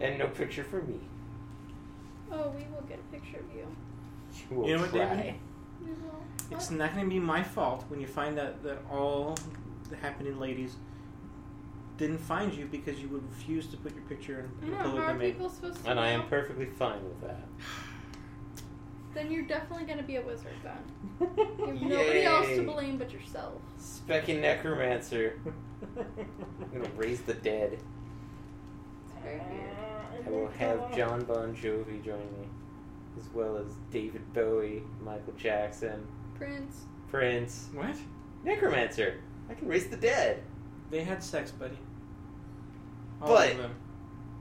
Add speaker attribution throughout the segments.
Speaker 1: and no picture for me.
Speaker 2: Oh, we will get a picture of you.
Speaker 1: You will
Speaker 3: You know what,
Speaker 1: try.
Speaker 3: David?
Speaker 2: We will.
Speaker 3: It's not going to be my fault when you find out that all the happening ladies didn't find you because you would refuse to put your picture
Speaker 2: I
Speaker 3: in
Speaker 2: know.
Speaker 3: and
Speaker 2: How
Speaker 3: upload
Speaker 2: are
Speaker 3: them in.
Speaker 2: people supposed to
Speaker 1: And
Speaker 2: know?
Speaker 1: I am perfectly fine with that.
Speaker 2: Then you're definitely gonna be a wizard then. You have nobody else to
Speaker 1: Yay.
Speaker 2: blame but yourself.
Speaker 1: Specking necromancer. I'm gonna raise the dead.
Speaker 2: It's very weird.
Speaker 1: I will have John Bon Jovi join me, as well as David Bowie, Michael Jackson,
Speaker 2: Prince.
Speaker 1: Prince,
Speaker 3: What?
Speaker 1: necromancer. I can raise the dead.
Speaker 3: They had sex, buddy. All
Speaker 1: But-
Speaker 3: of them.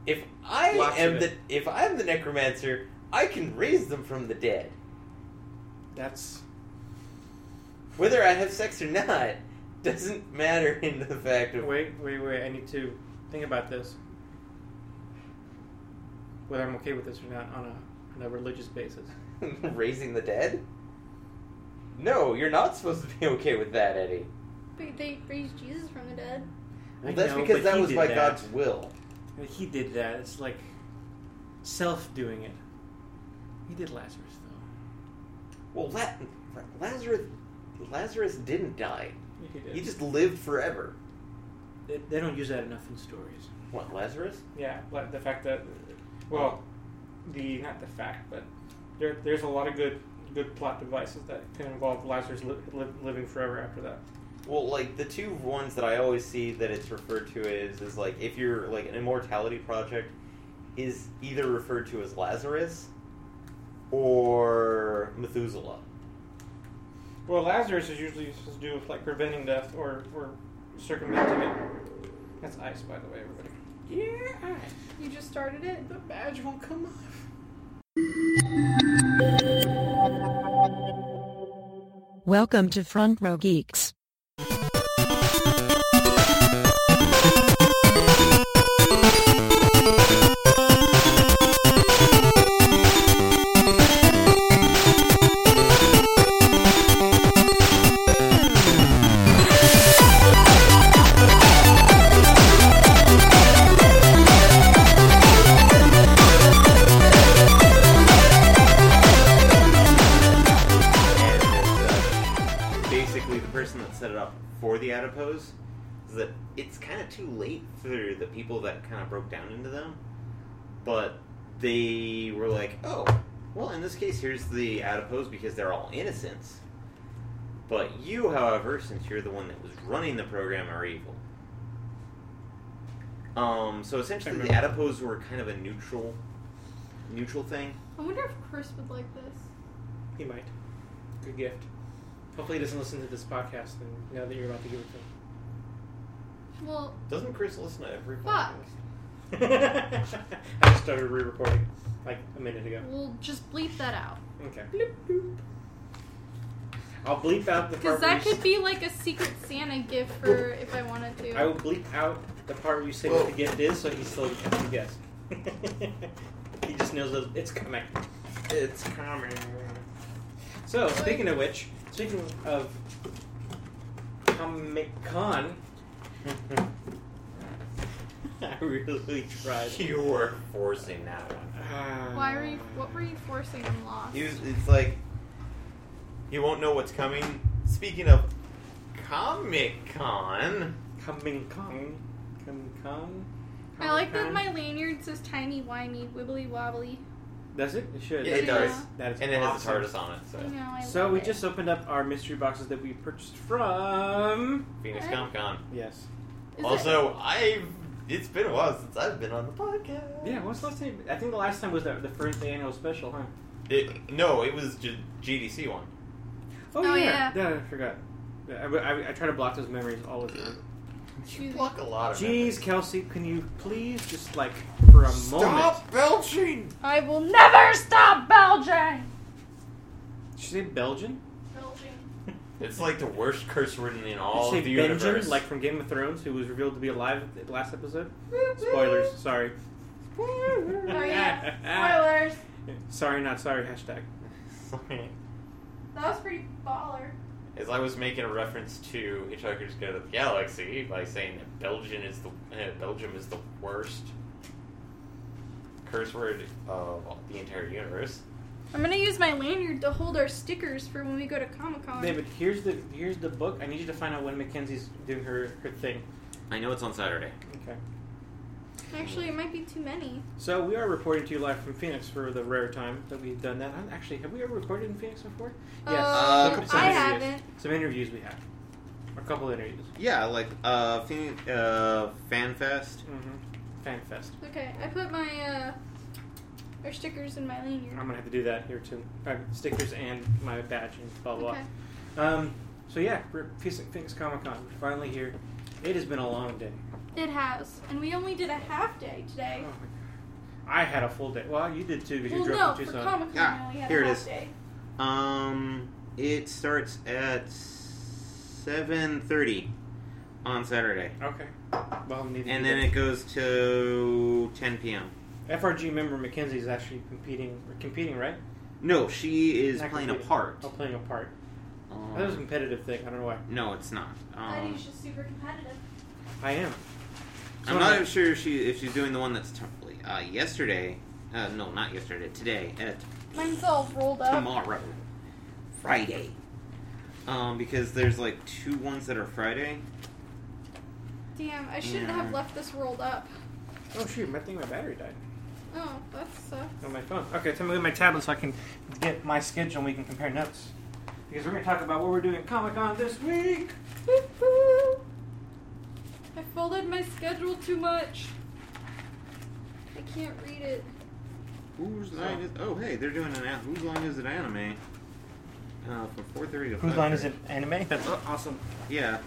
Speaker 1: If I
Speaker 3: Lots
Speaker 1: am
Speaker 3: of
Speaker 1: the if I'm the necromancer, I can raise them from the dead,
Speaker 3: That's
Speaker 1: whether I have sex or not. Doesn't matter in the fact of
Speaker 3: Wait, wait, wait. I need to think about this. Whether I'm okay with this or not on a, on a religious basis.
Speaker 1: raising the dead. No, you're not supposed to be okay with that, Eddie.
Speaker 2: But they raised Jesus from the dead.
Speaker 3: I
Speaker 1: Well, that's
Speaker 3: know,
Speaker 1: because
Speaker 3: but
Speaker 1: that
Speaker 3: he
Speaker 1: was
Speaker 3: did
Speaker 1: by
Speaker 3: that.
Speaker 1: God's will.
Speaker 3: He did that. It's like self doing it. He did Lazarus, though.
Speaker 1: Well, La- Lazarus, Lazarus didn't die.
Speaker 3: He did.
Speaker 1: He just lived forever.
Speaker 3: they, they don't use that enough in stories.
Speaker 1: What, Lazarus?
Speaker 3: Yeah, like the fact that, well, the not the fact, but there, there's a lot of good good plot devices that can involve Lazarus li- li- living forever after that.
Speaker 1: Well, like the two ones that I always see that it's referred to is is like if you're like an immortality project is either referred to as Lazarus or Methuselah.
Speaker 3: Well, Lazarus is usually supposed to do with like preventing death or, or circumventing it. That's ice, by the way, everybody.
Speaker 1: Yeah.
Speaker 2: You just started it.
Speaker 3: The badge won't come off.
Speaker 4: Welcome to Front Row Geeks.
Speaker 1: And uh, basically, the person that set it up for the adipose is that it's kind of too late for the people that kind of broke down into them, but they were like, oh, well, in this case, here's the adipose because they're all innocents. But you, however, since you're the one that was running the program, are evil. Um, so essentially, the
Speaker 3: remember.
Speaker 1: adipose were kind of a neutral, neutral thing.
Speaker 2: I wonder if Chris would like this.
Speaker 3: He might. Good gift. Hopefully, he doesn't listen to this podcast. And now that you're about to give
Speaker 2: Well,
Speaker 1: Doesn't Chris listen to every
Speaker 2: Fuck.
Speaker 1: podcast?
Speaker 3: it to him, I just started re-recording like a minute ago.
Speaker 2: we'll just bleep that out.
Speaker 3: Okay. I'll bleep out the
Speaker 2: Because
Speaker 3: part.
Speaker 2: that
Speaker 3: where you
Speaker 2: could be like a Secret Santa gift for if I wanted to.
Speaker 3: s- I will bleep out the part where you say what the gift is, so he still has to guess. he just knows those, it's coming.
Speaker 1: It's
Speaker 3: Coming. So speaking of which, speaking of Comic Con, I really tried.
Speaker 1: You were forcing that one.
Speaker 2: Why were you? What were you forcing and lost?
Speaker 1: He was, it's like he won't know what's coming. Speaking of Comic Con,
Speaker 3: Comic Con? Comic Con?
Speaker 2: I like that
Speaker 3: Comic-Con?
Speaker 2: my lanyard says tiny, whiny, wibbly wobbly.
Speaker 3: Does it? It should.
Speaker 1: Yeah,
Speaker 2: it does.
Speaker 3: That is
Speaker 1: and it has a
Speaker 3: awesome.
Speaker 1: TARDIS on it. So
Speaker 2: You know, I
Speaker 3: So
Speaker 2: love
Speaker 3: we
Speaker 2: it.
Speaker 3: just opened up our mystery boxes that we purchased from.
Speaker 1: Phoenix
Speaker 2: Alright.
Speaker 1: Comic Con.
Speaker 3: Yes.
Speaker 2: Is it-
Speaker 1: Also, I've it's been a while since I've been on the podcast.
Speaker 3: Yeah. What's the last time? I think the last time was the, the first annual special, huh?
Speaker 1: It, no, it was G- GDC one.
Speaker 2: Oh,
Speaker 3: yeah.
Speaker 2: yeah.
Speaker 3: I forgot. Yeah, I, I, I try to block those memories all the time.
Speaker 1: You block a lot of.
Speaker 3: Jeez,
Speaker 1: memories.
Speaker 3: Kelsey, can you please just like for a moment?
Speaker 1: Stop belching.
Speaker 2: I will never stop belching.
Speaker 3: Did she say Belgian?
Speaker 2: Belching.
Speaker 1: It's like the worst curse word in all
Speaker 3: Did
Speaker 1: of the
Speaker 3: she say Benjamin,
Speaker 1: universe.
Speaker 3: like from Game of Thrones, who was revealed to be alive at the last episode? Spoilers. Sorry.
Speaker 2: Oh yeah. Spoilers.
Speaker 3: sorry, not sorry. Hashtag.
Speaker 1: Sorry.
Speaker 2: That was pretty baller.
Speaker 1: As I was making a reference to Hitchhiker's Guide to the eh, Galaxy by saying that Belgian is the uh, Belgium is the worst curse word of the entire universe.
Speaker 2: I'm gonna use my lanyard to hold our stickers for when we go to Comic Con.
Speaker 3: David, here's the here's the book. I need you to find out when Mackenzie's doing her, her thing.
Speaker 1: I know it's on Saturday.
Speaker 3: Okay.
Speaker 2: Actually, it might be too many.
Speaker 3: So we are reporting to you live from Phoenix for the rare time that we've done that. I'm- Actually, have we ever recorded in Phoenix before? Yes.
Speaker 1: Uh,
Speaker 3: Look up
Speaker 2: I
Speaker 3: interviews.
Speaker 2: haven't.
Speaker 3: Some interviews we have. A couple interviews.
Speaker 1: Yeah, like uh, Phoenix, uh, Fan Fest.
Speaker 3: Mm-hmm. Fan fest.
Speaker 2: Okay, I put my uh, our stickers in my
Speaker 3: I'm
Speaker 2: lanyard.
Speaker 3: gonna have to do that here too. Uh, stickers and my badge and blah blah.
Speaker 2: Okay.
Speaker 3: blah. Um. So yeah, we're Phoenix, Phoenix Comic Con. We're finally here. It has been a long day.
Speaker 2: It has, and we only did a half day
Speaker 3: Oh
Speaker 2: today.
Speaker 3: my God. I had a full day. Well, you did too because
Speaker 2: well,
Speaker 3: you drove
Speaker 2: no,
Speaker 3: from
Speaker 2: for
Speaker 3: Tucson.
Speaker 2: Comic Con,
Speaker 1: Yeah,
Speaker 2: we only had
Speaker 1: here
Speaker 2: a
Speaker 1: it
Speaker 2: half
Speaker 1: is.
Speaker 2: day.
Speaker 1: Um, it starts at seven thirty on Saturday,
Speaker 3: okay. Well, neither did
Speaker 1: and then
Speaker 3: I.
Speaker 1: it goes to ten p.m.
Speaker 3: FRG member Mackenzie is actually competing. Competing, right?
Speaker 1: No, she is
Speaker 3: Not
Speaker 1: playing a
Speaker 3: competing.
Speaker 1: part.
Speaker 3: Oh, playing a part.
Speaker 1: Um,
Speaker 3: That was a competitive thing. I don't know why.
Speaker 1: no, it's not. Um,
Speaker 2: Eddie's just super competitive.
Speaker 3: I am.
Speaker 1: I'm not even sure if she if she's doing the one that's t- uh, yesterday. Uh, no, not yesterday. Today at
Speaker 2: Mine's all rolled up.
Speaker 1: tomorrow, Friday. Um, because there's like two ones that are Friday.
Speaker 2: Damn, I shouldn't have
Speaker 1: Yeah.
Speaker 2: left this rolled up.
Speaker 3: Oh shoot! My thing, my battery died
Speaker 2: Oh, that sucks.
Speaker 3: on my phone. Okay, tell me with my tablet so I can get my schedule and we can compare notes. Because we're gonna talk about what we're doing at Comic Con this week.
Speaker 2: Woo-hoo. I folded my schedule too much. I can't read it.
Speaker 1: Whose line is? Oh, hey, they're doing an. a- Whose line is it? Anime. Uh, from four thirty to.
Speaker 3: Whose line is
Speaker 1: 5:30.
Speaker 3: it? Anime. That's awesome.
Speaker 1: Yeah.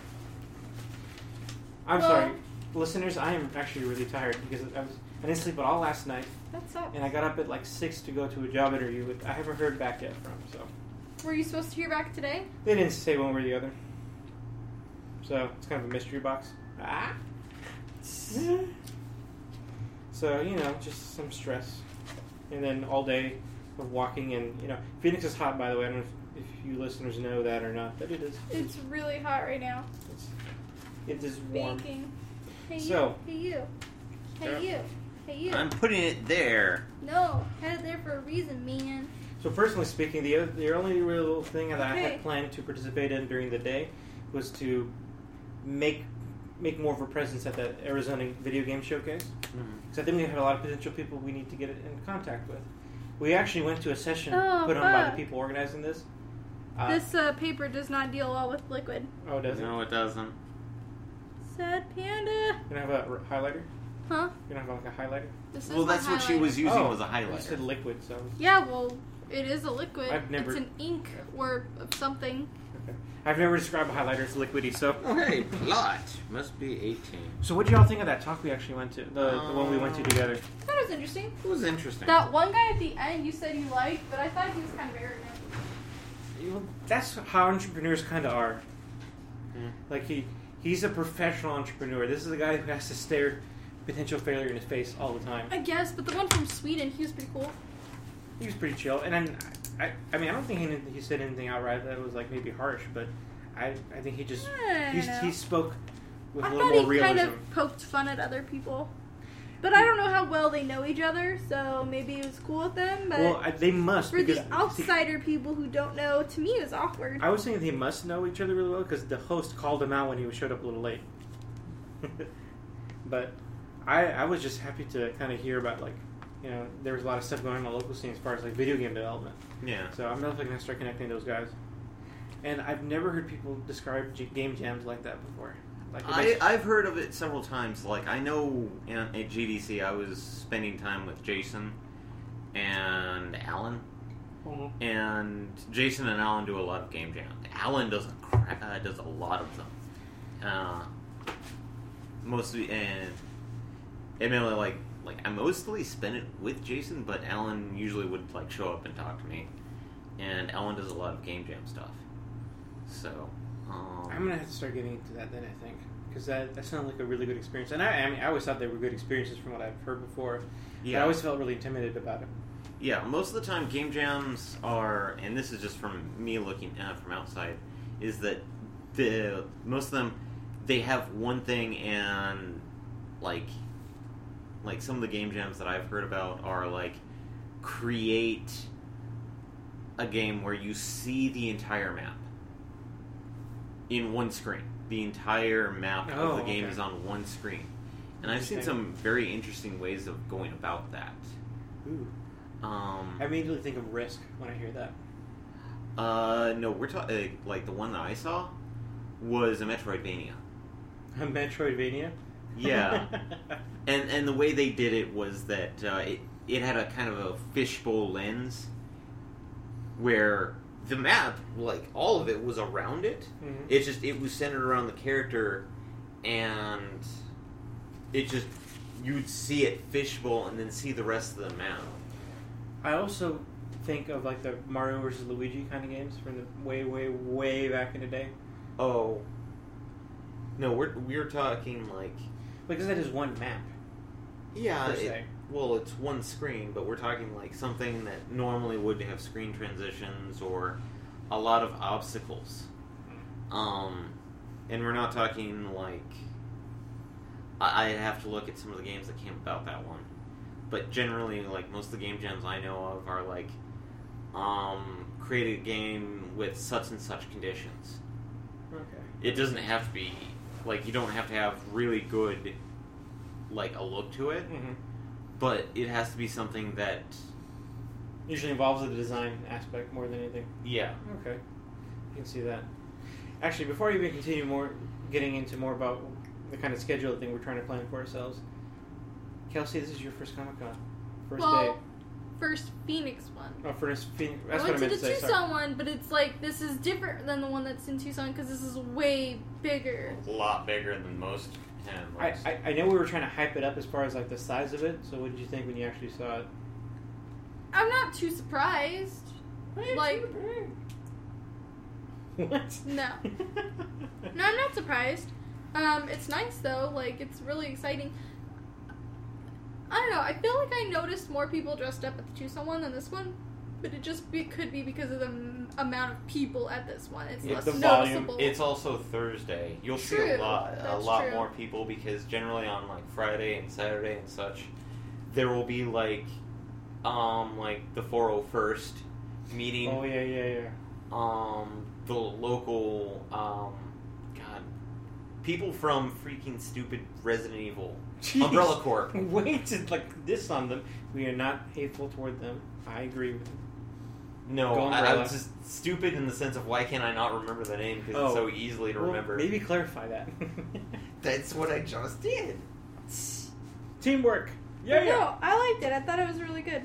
Speaker 3: I'm
Speaker 2: Well-
Speaker 3: sorry, listeners. I am actually really tired because I was I didn't sleep at all last night,
Speaker 2: That's up.
Speaker 3: and I got up at like six to go to a job interview. With, I haven't heard back yet from so.
Speaker 2: Were you supposed to hear back today?
Speaker 3: They didn't say one way or the other. So it's kind of a mystery box. Ah. So you know, just some stress, and then all day of walking and you know, Phoenix is hot. By the way, I don't know if, if you listeners know that or not, but it is.
Speaker 2: It's really hot right now.
Speaker 3: It's, it is warm.
Speaker 2: Baking. Hey
Speaker 3: So-
Speaker 2: you. Hey you. Hey you. Hey you.
Speaker 1: I'm putting it there.
Speaker 2: No, had it there for a reason, man.
Speaker 3: So personally speaking, the oth- the only real thing that I
Speaker 2: Okay.
Speaker 3: had planned to participate in during the day was to make make more of a presence at that Arizona video game showcase. because I think we had a lot of potential people we need to get in contact with. We actually went to a session
Speaker 2: Oh,
Speaker 3: put on by the
Speaker 2: fuck.
Speaker 3: people organizing this. Uh,
Speaker 2: this uh, paper does not deal well with liquid.
Speaker 3: oh, does it?
Speaker 1: No, it doesn't.
Speaker 2: Sad panda.
Speaker 3: You don't have a r- highlighter?
Speaker 2: Huh?
Speaker 3: You don't have like a highlighter?
Speaker 2: This is
Speaker 1: Well,
Speaker 2: my
Speaker 1: that's what she
Speaker 2: highlighter.
Speaker 1: was using
Speaker 3: Oh,
Speaker 1: was a
Speaker 3: You said
Speaker 1: highlighter.
Speaker 3: liquid, so
Speaker 2: Yeah, well, it is a liquid.
Speaker 3: I've never-
Speaker 2: It's an ink or of something.
Speaker 3: okay. I've never described a highlighter as liquidy. So,
Speaker 1: Oh, hey, plot must be eighteen.
Speaker 3: so what do y'all think of that talk we actually went to? The, the one we went to
Speaker 1: Um,
Speaker 3: together.
Speaker 2: That was interesting.
Speaker 1: It was interesting.
Speaker 2: That one guy at the end you said you liked, but I thought he was kind of arrogant.
Speaker 3: You- That's how entrepreneurs kind of are.
Speaker 1: Mm.
Speaker 3: Like he, he's a professional entrepreneur. This is a guy who has to stare potential failure in his face all the time.
Speaker 2: I guess, but the one from Sweden, he was pretty cool.
Speaker 3: He was pretty chill, and then I, I, I mean, I don't think he, he said anything outright that was like maybe harsh, but I, I think he just
Speaker 2: I
Speaker 3: he,
Speaker 2: don't know.
Speaker 3: he spoke with
Speaker 2: I
Speaker 3: a little
Speaker 2: thought
Speaker 3: more
Speaker 2: he
Speaker 3: realism.
Speaker 2: kind of poked fun at other people. But I don't know how well they know each other, so maybe it was cool with them. But
Speaker 3: well, I, they must
Speaker 2: for
Speaker 3: because
Speaker 2: the
Speaker 3: see,
Speaker 2: outsider people who don't know, to me it was awkward.
Speaker 3: I was saying they must know each other really well because the host called him out when he showed up a little late. but I, I was just happy to kind of hear about like, you know, there was a lot of stuff going on in the local scene as far as like video game development.
Speaker 1: yeah.
Speaker 3: So I'm definitely gonna start connecting those guys. And I've never heard people describe j- game jams like that before. Like it
Speaker 1: I,
Speaker 3: makes-
Speaker 1: I've heard of it several times. Like I know in- at GDC, I was spending time with Jason and Alan, and Jason and Alan do a lot of game jams. Alan does a cra- uh, does a lot of them. Uh, mostly and and mainly like like I mostly spend it with Jason, but Alan usually would like show up and talk to me. And Alan does a lot of game jam stuff. So um,
Speaker 3: I'm gonna have to start getting into that then. I think because that that sounds like a really good experience. And I, I mean, I always thought they were good experiences from what I've heard before. But I always felt really intimidated about it.
Speaker 1: Yeah, most of the time game jams are, and this is just from me looking uh, from outside, is that the most of them they have one thing and like like some of the game jams that I've heard about are like create a game where you see the entire map in one screen. The entire map
Speaker 3: Oh,
Speaker 1: of the game
Speaker 3: okay.
Speaker 1: is on one screen. And I've seen
Speaker 3: Interesting.
Speaker 1: some very interesting ways of going about that.
Speaker 3: Ooh.
Speaker 1: Um,
Speaker 3: I immediately think of Risk when I hear that.
Speaker 1: uh, no, we're talking like the one that I saw was a Metroidvania.
Speaker 3: Metroidvania.
Speaker 1: Yeah, and and the way they did it was that uh, it it had a kind of a fishbowl lens where the map, like all of it, was around it.
Speaker 3: Mhm.
Speaker 1: It's just it was centered around the character, and it just you'd see it fishbowl and then see the rest of the map.
Speaker 3: I also think of like the Mario versus Luigi kind of games from the way, way, way back in the day.
Speaker 1: Oh. No, we're we're talking like
Speaker 3: Because that is one map.
Speaker 1: yeah,
Speaker 3: Per
Speaker 1: it-
Speaker 3: se.
Speaker 1: well, it's one screen, but we're talking like something that normally would have screen transitions or a lot of obstacles. Um, and we're not talking like I, I have to look at some of the games that came about that one, but generally, like most of the game jams I know of are like um, create a game with such and such conditions
Speaker 3: Okay.
Speaker 1: it doesn't have to be like you don't have to have really good like a look to it
Speaker 3: hmm
Speaker 1: but it has to be something that
Speaker 3: Usually involves the design aspect more than anything.
Speaker 1: yeah
Speaker 3: Okay. You can see that. Actually, before we even continue more, getting into more about the kind of schedule thing we're trying to plan for ourselves, Kelsey, this is your first Comic Con. First
Speaker 2: well,
Speaker 3: day.
Speaker 2: first Phoenix one.
Speaker 3: Oh, first Phoenix. That's
Speaker 2: I
Speaker 3: what
Speaker 2: went
Speaker 3: I meant
Speaker 2: to
Speaker 3: to,
Speaker 2: the
Speaker 3: say.
Speaker 2: Tucson
Speaker 3: Sorry.
Speaker 2: one, but it's like this is different than the one that's in Tucson because this is way bigger.
Speaker 1: a lot bigger than most and
Speaker 3: I, I, I know we were trying to hype it up as far as like the size of it. So what did you think when you actually saw it?
Speaker 2: I'm not too surprised. Like-
Speaker 3: what?
Speaker 2: No. No, I'm not surprised. Um, it's nice though. Like it's really exciting. I don't know. I feel like I noticed more people dressed up at the Tucson one than this one, but it just be, could be because of the m- amount of people at this one. It's
Speaker 1: Yeah,
Speaker 2: less
Speaker 1: the
Speaker 3: volume.
Speaker 2: noticeable.
Speaker 1: it's also thursday you'll see a
Speaker 2: True,
Speaker 1: lot a
Speaker 2: that's
Speaker 1: lot
Speaker 2: true.
Speaker 1: more people because generally on like friday and saturday and such there will be like um like the 401st meeting
Speaker 3: Oh yeah, yeah, yeah.
Speaker 1: um, the local, um, God, people from freaking stupid Resident Evil, Umbrella Corp.
Speaker 3: Wait to like this on them. We are not hateful toward them. I agree with them.
Speaker 1: No,
Speaker 3: Go
Speaker 1: I, I
Speaker 3: Umbrella.
Speaker 1: was just stupid in the sense of why can't I not remember the name because it's
Speaker 3: Oh.
Speaker 1: so easily to
Speaker 3: Well,
Speaker 1: remember.
Speaker 3: maybe clarify that.
Speaker 1: That's what I just did.
Speaker 3: Teamwork.
Speaker 2: But
Speaker 3: Yeah, yeah.
Speaker 2: No, I liked it. I thought it was really good.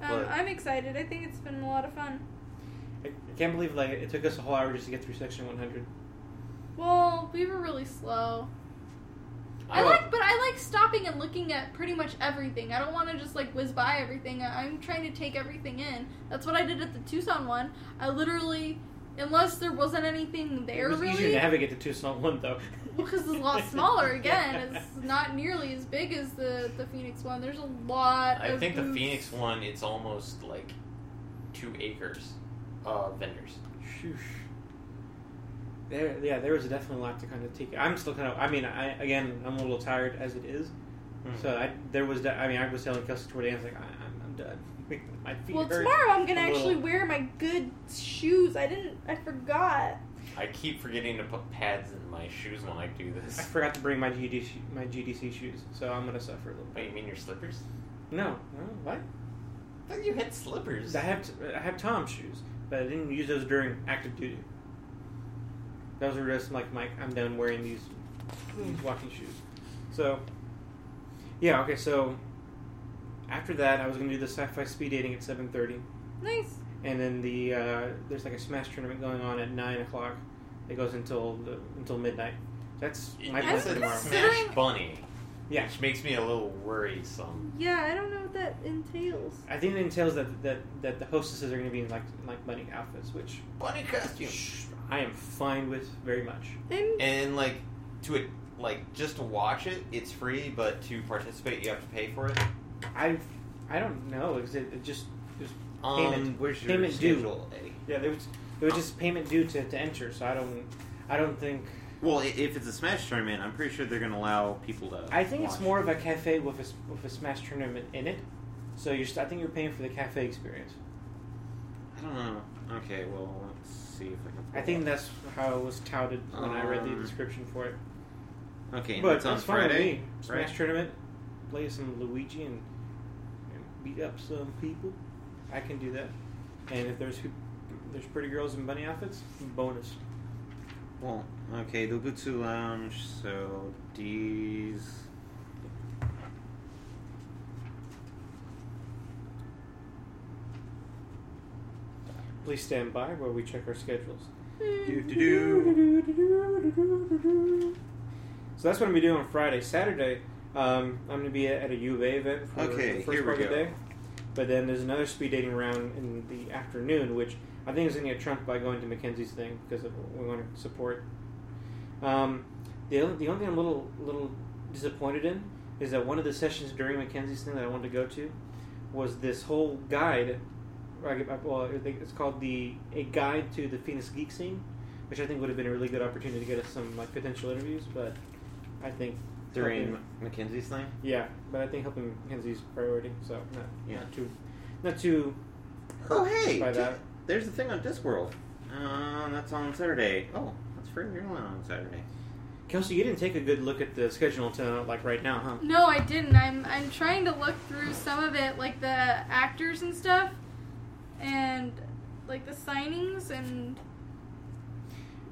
Speaker 2: Um,
Speaker 1: But-
Speaker 2: I'm excited. I think it's been a lot of fun.
Speaker 3: I I can't believe like it took us a whole hour just to get through section 100.
Speaker 2: Well, we were really slow. I
Speaker 1: Oh.
Speaker 2: like, but I like stopping and looking at pretty much everything. I don't want to just like whiz by everything. I- I'm trying to take everything in. That's what I did at the Tucson one. I literally, unless there wasn't anything
Speaker 3: It
Speaker 2: there
Speaker 3: was easier
Speaker 2: really,
Speaker 3: to navigate the Tucson one though.
Speaker 2: because it's a lot smaller. Again, it's not nearly as big as the the Phoenix one. There's a lot.
Speaker 1: I
Speaker 2: of
Speaker 1: think the
Speaker 2: booths.
Speaker 1: Phoenix one, it's almost like two acres of vendors.
Speaker 3: Shoosh. There, yeah, there was definitely a lot to kind of take. I'm still kind of. I mean, I again, I'm a little tired as it is.
Speaker 1: Hmm. Mm-hmm.
Speaker 3: So I, there was. De- I mean, I was telling Kelsey toward the end, I was like, I, I'm, I'm done. My feet
Speaker 2: Well,
Speaker 3: hurt.
Speaker 2: tomorrow I'm gonna
Speaker 3: a
Speaker 2: actually
Speaker 3: little.
Speaker 2: wear my good shoes. I didn't. I forgot.
Speaker 1: I keep forgetting to put pads in my shoes when I do
Speaker 3: I
Speaker 1: this.
Speaker 3: forgot to bring my GD sh- my GDC shoes, so I'm gonna suffer a little
Speaker 1: Wait,
Speaker 3: bit.
Speaker 1: you mean your slippers?
Speaker 3: No, no, what?
Speaker 1: I thought you had slippers.
Speaker 3: I have t- I have Tom's shoes, but I didn't use those during active duty. Those were just like my I'm done wearing these, these walking shoes. So, yeah, okay. So after that, I was gonna do the sci-fi speed dating at 7:30,
Speaker 2: Nice.
Speaker 3: and then the uh, there's like a smash tournament going on at nine o'clock. It goes until the, until midnight. That's my
Speaker 2: I
Speaker 3: plan
Speaker 2: was
Speaker 3: for tomorrow.
Speaker 1: Smash
Speaker 2: considering-
Speaker 1: Bunny.
Speaker 3: Yeah.
Speaker 1: Which makes me a little worrisome.
Speaker 2: Yeah, I don't know what that entails.
Speaker 3: I think it entails that that, that the hostesses are going to be in like like bunny outfits, which
Speaker 1: Bunny costume.
Speaker 3: I am fine with very much.
Speaker 2: I'm
Speaker 1: And like to it like just to watch it, it's free, but to participate you have to pay for it.
Speaker 3: I I don't know. Is it, it just just
Speaker 1: Um
Speaker 3: Payment.
Speaker 1: where's your
Speaker 3: Payment due.
Speaker 1: schedule, Eddie?
Speaker 3: yeah? There was there was just payment due to, to enter, so I don't I don't think
Speaker 1: Well, i- if it's a Smash tournament, I'm pretty sure they're going to allow people to.
Speaker 3: I think it's
Speaker 1: watch.
Speaker 3: more of a cafe with a s- with a Smash tournament in it. So you're, st- I think you're paying for the cafe experience.
Speaker 1: I don't know. Okay, well, let's see if I can.
Speaker 3: I think that's how it was touted when I read the
Speaker 1: Um,
Speaker 3: description for it.
Speaker 1: Okay, and
Speaker 3: but
Speaker 1: that's on
Speaker 3: it's fine with
Speaker 1: Friday.
Speaker 3: me.
Speaker 1: right?
Speaker 3: Smash tournament, play some Luigi and, and beat up some people. I can do that. And if there's there's pretty girls in bunny outfits, bonus.
Speaker 1: Well, okay, Dogutsu Lounge, um, so D's.
Speaker 3: Please stand by where we check our schedules.
Speaker 1: Do-do-do.
Speaker 3: So that's what I'm gonna be doing on Friday. Saturday, um, I'm gonna be at a U of A event for
Speaker 1: Okay,
Speaker 3: the first
Speaker 1: here we
Speaker 3: part of the
Speaker 1: go.
Speaker 3: day. But then there's another speed dating round in the afternoon, which I think is gonna get trumped by going to Mackenzie's thing because of, we want to support. Um, the only, the only thing I'm a little little disappointed in is that one of the sessions during Mackenzie's thing that I wanted to go to was this whole guide. or I get- Well, I think it's called the a guide to the Phoenix geek scene, which I think would have been a really good opportunity to get us some like potential interviews. But I think
Speaker 1: During
Speaker 3: helping-
Speaker 1: Mackenzie's thing?
Speaker 3: yeah, but I think helping Mackenzie's priority, so not
Speaker 1: Yeah.
Speaker 3: not too not too
Speaker 1: Oh, hey!
Speaker 3: by
Speaker 1: Di-
Speaker 3: that.
Speaker 1: There's the thing on Discworld. Uh, that's on Saturday. Oh, that's further on Saturday.
Speaker 3: Kelsey, you didn't take a good look at the schedule until like right now, huh?
Speaker 2: No, I didn't. I'm I'm trying to look through some of it, like the actors and stuff, and like the signings, and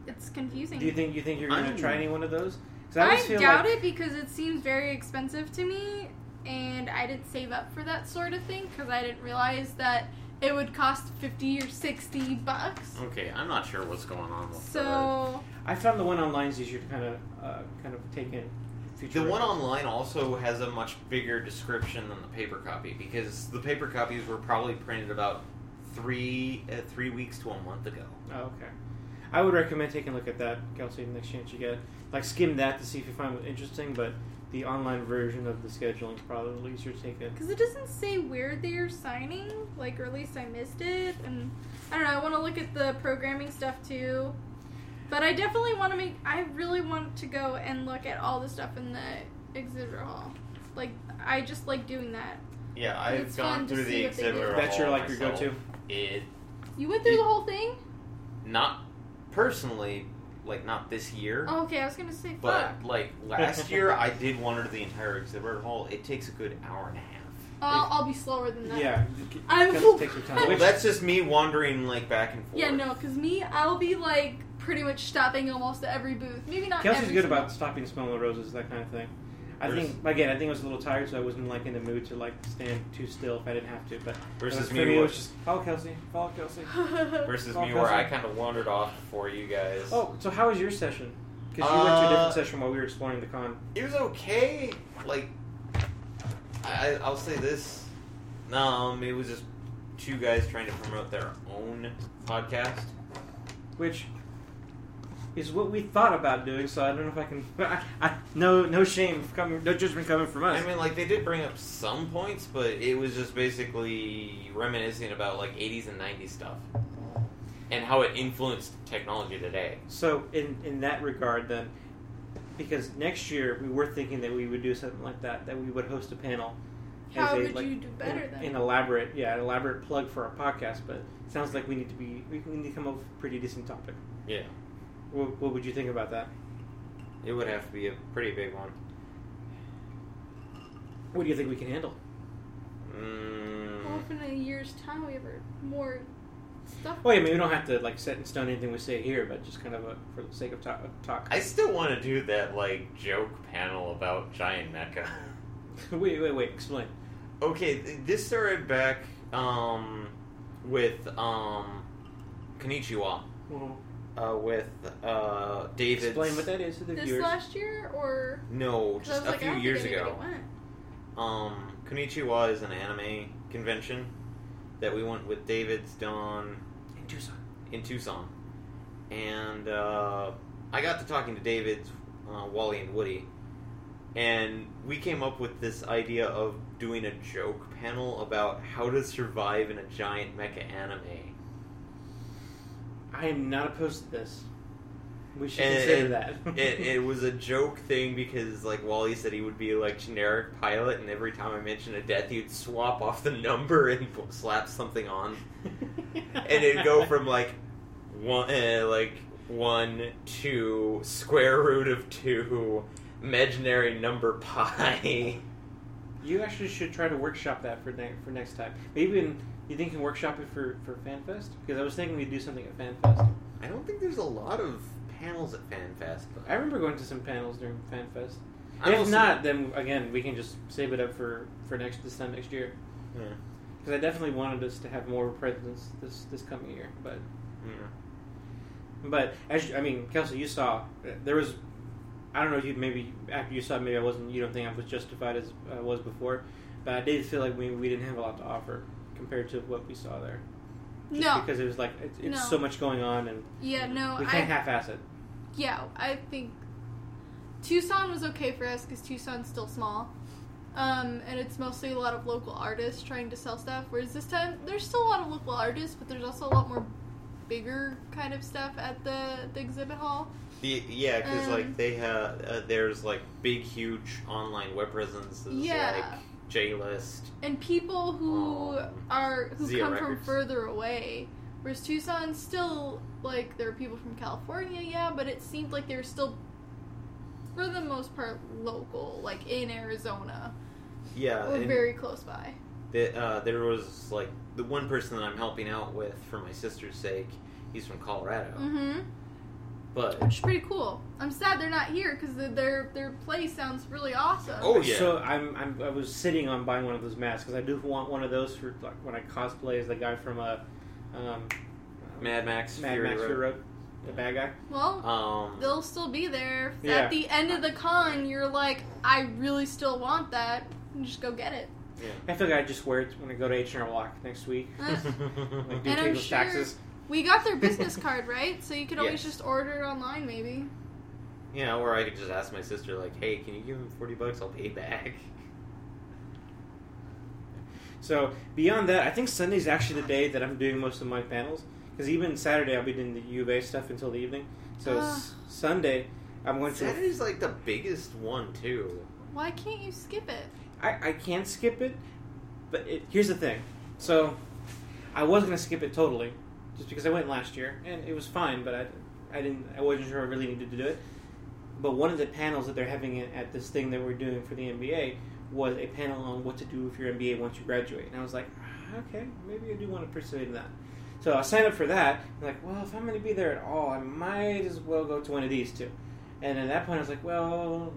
Speaker 2: it's confusing.
Speaker 3: Do you think you think you're gonna
Speaker 1: I'm-
Speaker 3: try any one of those? 'Cause
Speaker 2: I,
Speaker 3: always feel
Speaker 2: doubt
Speaker 3: like-
Speaker 2: it because it seems very expensive to me, and I didn't save up for that sort of thing because I didn't realize that it would cost fifty or sixty bucks.
Speaker 1: Okay, I'm not sure what's going on
Speaker 3: Oh,
Speaker 1: with
Speaker 2: So
Speaker 3: I found the one online is easier to kind of uh, kind of take in.
Speaker 1: The
Speaker 3: Future
Speaker 1: one online also has a much bigger description than the paper copy because the paper copies were probably printed about three uh, three weeks to a month ago.
Speaker 3: Oh, okay. I would recommend taking a look at that, Kelsey, the next chance you get. Like, skim that to see if you find it interesting, but the online version of the scheduling is probably easier to take in.
Speaker 2: Because it doesn't say where they're signing, like, or at least I missed it. And I don't know, I want to look at the programming stuff too. But I definitely want to make, I really want to go and look at all the stuff in the exhibitor hall. Like, I just like doing that.
Speaker 1: Yeah,
Speaker 2: I've It's gone fun to through the see what they exhibitor did.
Speaker 3: That's your, like, your go-to?
Speaker 1: It
Speaker 2: You went through the whole thing?
Speaker 1: not personally like not this year,
Speaker 2: Oh, okay, I was going to say, fuck.
Speaker 1: but like last year I did wander the entire exhibitor hall. It takes a good hour and a half.
Speaker 2: I'll, I'll be slower than that.
Speaker 3: Yeah. K-
Speaker 2: I'm-
Speaker 3: Kelsey, take your time.
Speaker 1: Well,
Speaker 3: Which,
Speaker 1: that's just me wandering like back and forth.
Speaker 2: Yeah, no, because me, I'll be like pretty much stopping almost at every booth. Maybe not
Speaker 3: Kelsey's
Speaker 2: every
Speaker 3: good
Speaker 2: single-
Speaker 3: about stopping smelling roses, that kind of thing. I
Speaker 1: There's-
Speaker 3: think again. I think I was a little tired, so I wasn't like in the mood to like stand too still if I didn't have to. But
Speaker 1: Versus
Speaker 3: for
Speaker 1: me,
Speaker 3: me, it
Speaker 1: wa-
Speaker 3: was just follow Kelsey, follow Kelsey.
Speaker 1: versus
Speaker 3: Well,
Speaker 1: me where I
Speaker 3: that's-
Speaker 1: kind of wandered off for you guys.
Speaker 3: Oh, so how was your session? Because you went to a
Speaker 1: Uh,
Speaker 3: different session while we were exploring the con.
Speaker 1: it was okay. Like, I, I'll say this. Um, it was just two guys trying to promote their own podcast.
Speaker 3: which is what we thought about doing. So I don't know if I can. I, I, no, no shame coming. No judgment coming from us.
Speaker 1: I mean, like, they did bring up some points, but it was just basically reminiscing about, like, 80s and 90s stuff and how it influenced technology today.
Speaker 3: so in in that regard, then, because next year we were thinking that we would do something like that. That we would host a panel.
Speaker 2: How
Speaker 3: as a,
Speaker 2: would
Speaker 3: like,
Speaker 2: you do better
Speaker 3: an,
Speaker 2: then?
Speaker 3: an elaborate, yeah, an elaborate plug for our podcast. But it sounds like we need to be. We we need to come up with a pretty decent topic.
Speaker 1: Yeah.
Speaker 3: What, what would you think about that?
Speaker 1: It would have to be a pretty big one.
Speaker 3: What do you think we can handle? Mm-hmm.
Speaker 2: Well,
Speaker 1: Mm,
Speaker 2: if in a year's time we have more stuff.
Speaker 3: Well, Oh, yeah, I mean, we don't have to like set in stone anything we say here, but just kind of a, for the sake of talk. Of talk.
Speaker 1: I still want to do that, like, joke panel about Giant Mecha.
Speaker 3: wait, wait, wait. Explain.
Speaker 1: Okay, th- this started back um, with um, Konnichiwa, uh, with uh, David.
Speaker 3: Explain what that is to the
Speaker 2: This
Speaker 3: viewers.
Speaker 2: last year, or
Speaker 1: No,
Speaker 2: 'cause I
Speaker 1: just
Speaker 2: was
Speaker 1: a
Speaker 2: like, I
Speaker 1: few
Speaker 2: don't
Speaker 1: years
Speaker 2: think anybody
Speaker 1: ago.
Speaker 2: Went.
Speaker 1: Um, Konnichiwa is an anime convention that we went with David's Don
Speaker 3: in Tucson.
Speaker 1: in Tucson, and uh, I got to talking to David's uh, Wally and Woody, and we came up with this idea of doing a joke panel about how to survive in a giant mecha anime.
Speaker 3: I am not opposed to this. We should
Speaker 1: And-
Speaker 3: consider
Speaker 1: and-
Speaker 3: that.
Speaker 1: it, it was a joke thing because like Wally said he would be like generic pilot, and every time I mentioned a death, he'd swap off the number and slap something on, and it'd go from like one uh, like one to square root of two imaginary number pi.
Speaker 3: You actually should try to workshop that for ne- for next time. Maybe even you think you can workshop it for for FanFest because I was thinking we'd do something at FanFest.
Speaker 1: I don't think there's a lot of panels at FanFest.
Speaker 3: I
Speaker 1: But
Speaker 3: remember going to some panels during FanFest.
Speaker 1: I'm
Speaker 3: if
Speaker 1: also-
Speaker 3: not, then again we can just save it up for for next this time next year
Speaker 1: Yeah.
Speaker 3: because I definitely wanted us to have more of a presence this this coming year. But
Speaker 1: yeah.
Speaker 3: but as you- I mean, Kelsey, you saw uh, there was. I don't know if you maybe after you saw maybe I wasn't. You don't think I was justified as I was before, but I did feel like we we didn't have a lot to offer compared to what we saw there. Just
Speaker 2: No.
Speaker 3: because it was like it's, it's
Speaker 2: No.
Speaker 3: so much going on and
Speaker 2: Yeah, no.
Speaker 3: we
Speaker 2: I
Speaker 3: can't half-ass it.
Speaker 2: yeah, I think Tucson was okay for us because Tucson's still small, um, and it's mostly a lot of local artists trying to sell stuff. Whereas this time, there's still a lot of local artists, but there's also a lot more bigger kind of stuff at the the exhibit hall.
Speaker 1: The, yeah, because
Speaker 2: Um,
Speaker 1: like they have uh, there's like big, huge online web presences
Speaker 2: Yeah.
Speaker 1: like J List.
Speaker 2: and people who
Speaker 1: Um,
Speaker 2: are who
Speaker 1: Zia
Speaker 2: come from
Speaker 1: Records.
Speaker 2: further away. Whereas Tucson still like there are people from California, yeah, but it seemed like they were still for the most part local, like in Arizona
Speaker 1: Yeah,
Speaker 2: or
Speaker 1: and
Speaker 2: very close by.
Speaker 1: the, uh, there was like the one person that I'm helping out with for my sister's sake. He's from Colorado,
Speaker 2: Mm-hmm.
Speaker 1: but
Speaker 2: Which is pretty cool. I'm sad they're not here because their their play sounds really awesome.
Speaker 1: Oh, yeah.
Speaker 3: So I'm, I'm I was sitting on buying one of those masks because I do want one of those for like when I cosplay as the guy from a um,
Speaker 1: Mad Max,
Speaker 3: Mad
Speaker 1: Fury
Speaker 3: Max
Speaker 1: Road.
Speaker 3: Fury Road, the bad guy.
Speaker 2: Well,
Speaker 1: Um,
Speaker 2: they'll still be there. If
Speaker 3: Yeah.
Speaker 2: At the end of the con, you're like, I really still want that. Just go get it.
Speaker 3: I feel like I just wear it when I go to H and R Block next week. Like, do
Speaker 2: And I'm
Speaker 3: people's
Speaker 2: sure-
Speaker 3: taxes.
Speaker 2: We got their business card, right? So you could
Speaker 1: Yes.
Speaker 2: always just order it online, maybe.
Speaker 1: you know, or I could just ask my sister like, "Hey, can you give him forty bucks? I'll pay back."
Speaker 3: So beyond that, I think Sunday's actually the day that I'm doing most of my panels because even Saturday I'll be doing the U of A stuff until the evening. So
Speaker 2: Ah.
Speaker 3: s- Sunday I'm going to.
Speaker 1: Saturday's like the biggest one too.
Speaker 2: Why can't you skip it?
Speaker 3: I, I can skip it, but it, here's the thing. So, I was gonna skip it totally, just because I went last year and it was fine, but I, I didn't, I wasn't sure I really needed to do it. But one of the panels that they're having at- at this thing that we're doing for the MBA was a panel on what to do with your MBA once you graduate, and I was like, "Ah, okay, maybe I do want to participate in that. So I signed up for that. I'm like, well, if I'm gonna be there at all, I might as well go to one of these two. And at that point, I was like, well,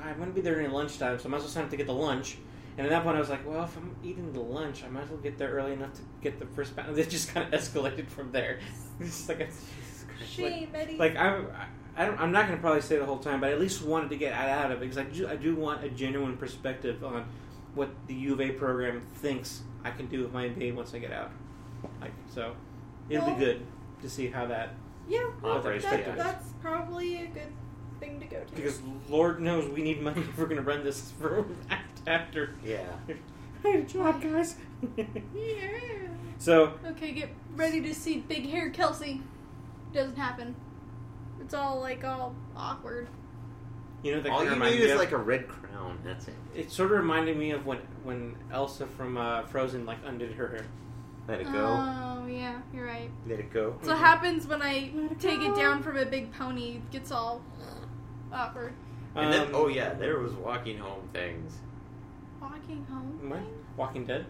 Speaker 3: I'm gonna be there during lunchtime, so I might as well sign up to get the lunch. And at that point, I was like, well, if I'm eating the lunch, I might as well get there early enough to get the first pound. It just kind of escalated from there. It's like, a, like,
Speaker 2: Betty.
Speaker 3: like I'm, I don't, I'm not gonna probably stay the whole time, but I at least wanted to get out of it because I do, I do want a genuine perspective on what the U of A program thinks I can do with my MBA once I get out. Like, so it'll
Speaker 2: Well-
Speaker 3: be good to see how that
Speaker 2: yeah,
Speaker 1: well, Operates that- together.
Speaker 2: that's probably a good thing to go to.
Speaker 3: because Lord knows we need money if we're gonna run this for after.
Speaker 1: Yeah.
Speaker 3: I need a job, guys.
Speaker 2: yeah.
Speaker 3: so
Speaker 2: Okay, get ready to see big hair Kelsey. Doesn't happen. It's all like all awkward.
Speaker 3: you know that
Speaker 1: All
Speaker 3: kinda
Speaker 1: you
Speaker 3: reminds
Speaker 1: need
Speaker 3: me
Speaker 1: is
Speaker 3: of-
Speaker 1: like a red crown. That's it.
Speaker 3: it sort of reminded me of when when Elsa from uh, Frozen like undid her hair.
Speaker 1: Let it go.
Speaker 2: Oh yeah, you're right.
Speaker 1: Let it go.
Speaker 2: So what
Speaker 3: Mhm.
Speaker 2: happens when I
Speaker 3: it
Speaker 2: take it
Speaker 3: go.
Speaker 2: down from a big pony? It gets all awkward.
Speaker 1: And then,
Speaker 3: Um,
Speaker 1: oh yeah, there was walking home things.
Speaker 2: Walking home.
Speaker 3: What?
Speaker 2: thing?
Speaker 3: Walking Dead.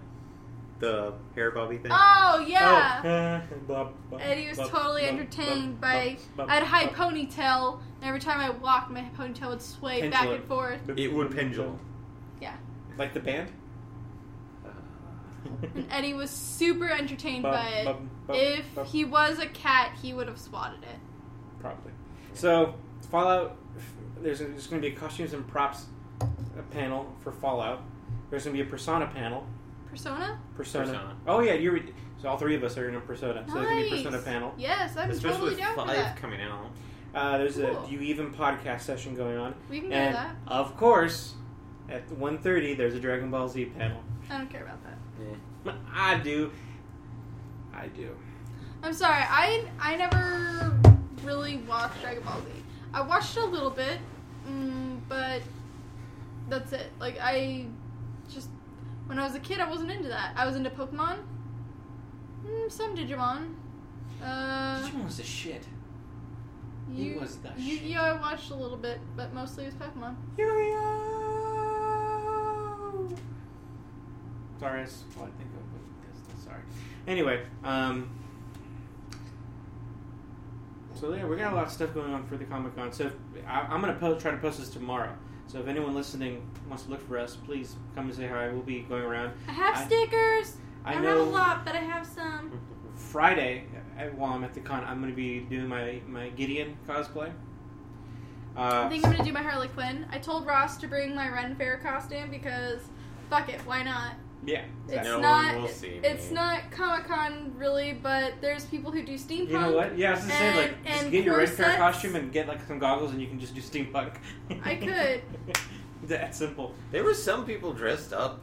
Speaker 1: The hair bobby thing.
Speaker 2: Oh yeah.
Speaker 3: Oh. Blah, blah,
Speaker 2: Eddie was
Speaker 3: blah,
Speaker 2: totally
Speaker 3: blah,
Speaker 2: entertained
Speaker 3: blah,
Speaker 2: by-
Speaker 3: blah,
Speaker 2: I had a high
Speaker 3: blah,
Speaker 2: ponytail, and every time I walked, my ponytail would sway back
Speaker 3: Pendulum.
Speaker 2: and forth.
Speaker 3: blah,
Speaker 1: It would
Speaker 3: blah,
Speaker 1: pendulum.
Speaker 2: Yeah.
Speaker 3: blah. Like the band.
Speaker 2: And Eddie was super entertained
Speaker 3: Blah,
Speaker 2: by it.
Speaker 3: blah, blah,
Speaker 2: if
Speaker 3: blah.
Speaker 2: he was a cat, he would have swatted it.
Speaker 3: Probably. So Fallout, there's, there's going to be a costumes and props uh, panel for Fallout. There's going to be a Persona panel.
Speaker 2: Persona?
Speaker 3: Persona.
Speaker 1: Persona.
Speaker 3: Oh yeah, you're. So all three of us are in a Persona. So there's going to be a
Speaker 2: Nice.
Speaker 3: Persona panel.
Speaker 2: Yes, I'm
Speaker 1: Especially
Speaker 2: totally
Speaker 1: with
Speaker 2: down for
Speaker 1: five
Speaker 2: that.
Speaker 1: coming out.
Speaker 3: Uh, there's
Speaker 2: Cool.
Speaker 3: a Do You Even podcast session going on,
Speaker 2: We can do
Speaker 3: and
Speaker 2: that.
Speaker 3: of course, at 1.30, there's a Dragon Ball Z panel.
Speaker 2: I don't care about that.
Speaker 3: I do. I do.
Speaker 2: I'm sorry, I I never really watch Dragon Ball Z. I watched a little bit, mm, but that's it. Like I just when I was a kid, I wasn't into that. I was into Pokemon, mm, some Digimon. Uh,
Speaker 3: Digimon was the shit.
Speaker 2: you,
Speaker 3: It was the
Speaker 2: you,
Speaker 3: shit.
Speaker 2: yeah, I watched a little bit, but mostly it was Pokemon.
Speaker 3: Yu-Gi-Oh! Sorry, that's what I think of. But sorry. Anyway, um, so yeah, we got a lot of stuff going on for the Comic Con. So if, I, I'm gonna po- try to post this tomorrow. So if anyone listening wants to look for us, please come and say hi. We'll be going around.
Speaker 2: I have
Speaker 3: I-
Speaker 2: stickers. I,
Speaker 3: I
Speaker 2: don't
Speaker 3: know
Speaker 2: have a lot, but I have some.
Speaker 3: Friday, uh, while I'm at the con, I'm gonna be doing my my Gideon cosplay. Uh,
Speaker 2: I think I'm gonna do my Harley Quinn. I told Ross to bring my Ren Fair costume because fuck it, why not?
Speaker 3: yeah,
Speaker 2: It's
Speaker 3: exactly.
Speaker 1: No one
Speaker 2: not.
Speaker 1: will see
Speaker 2: it's
Speaker 1: me.
Speaker 2: not Comic Con really, but there's people who do steampunk.
Speaker 3: You know what? Yeah, I was gonna say like
Speaker 2: And-
Speaker 3: just
Speaker 2: and
Speaker 3: get your red fair
Speaker 2: corsets.
Speaker 3: costume and get like some goggles and you can just do steampunk.
Speaker 2: I could.
Speaker 3: that simple.
Speaker 1: There were some people dressed up.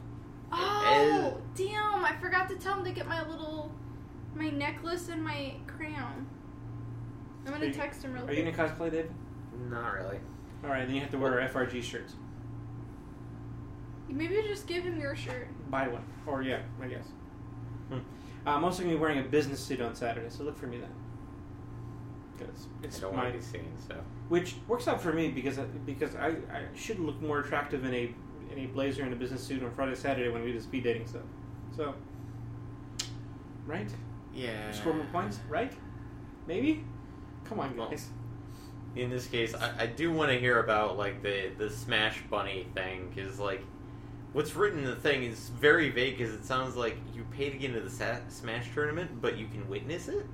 Speaker 2: Oh damn! I forgot to tell him to get my little, my necklace and my crown. I'm
Speaker 3: Are
Speaker 2: gonna
Speaker 3: you-
Speaker 2: text him real
Speaker 3: Are you
Speaker 2: quick.
Speaker 3: gonna cosplay, David?
Speaker 1: Not really.
Speaker 3: All right, then you have to wear our FRG shirts.
Speaker 2: Maybe just give him your shirt.
Speaker 3: Buy one, or yeah, I guess. Hmm. I'm also gonna be wearing a business suit on Saturday, so look for me then. Because
Speaker 1: I
Speaker 3: it's
Speaker 1: don't
Speaker 3: my
Speaker 1: want to be seen, so.
Speaker 3: which works out for me because I, because I, I should look more attractive in a in a blazer and a business suit on Friday Saturday when we do the speed dating stuff. So, right?
Speaker 1: Yeah.
Speaker 3: Score more points, right? Maybe. Come on,
Speaker 1: Uh, Well,
Speaker 3: guys.
Speaker 1: In this case, I, I do want to hear about like the the Smash Bunny thing because like what's written in the thing is very vague. Because it sounds like you pay to get into the sa- Smash tournament, but you can witness it,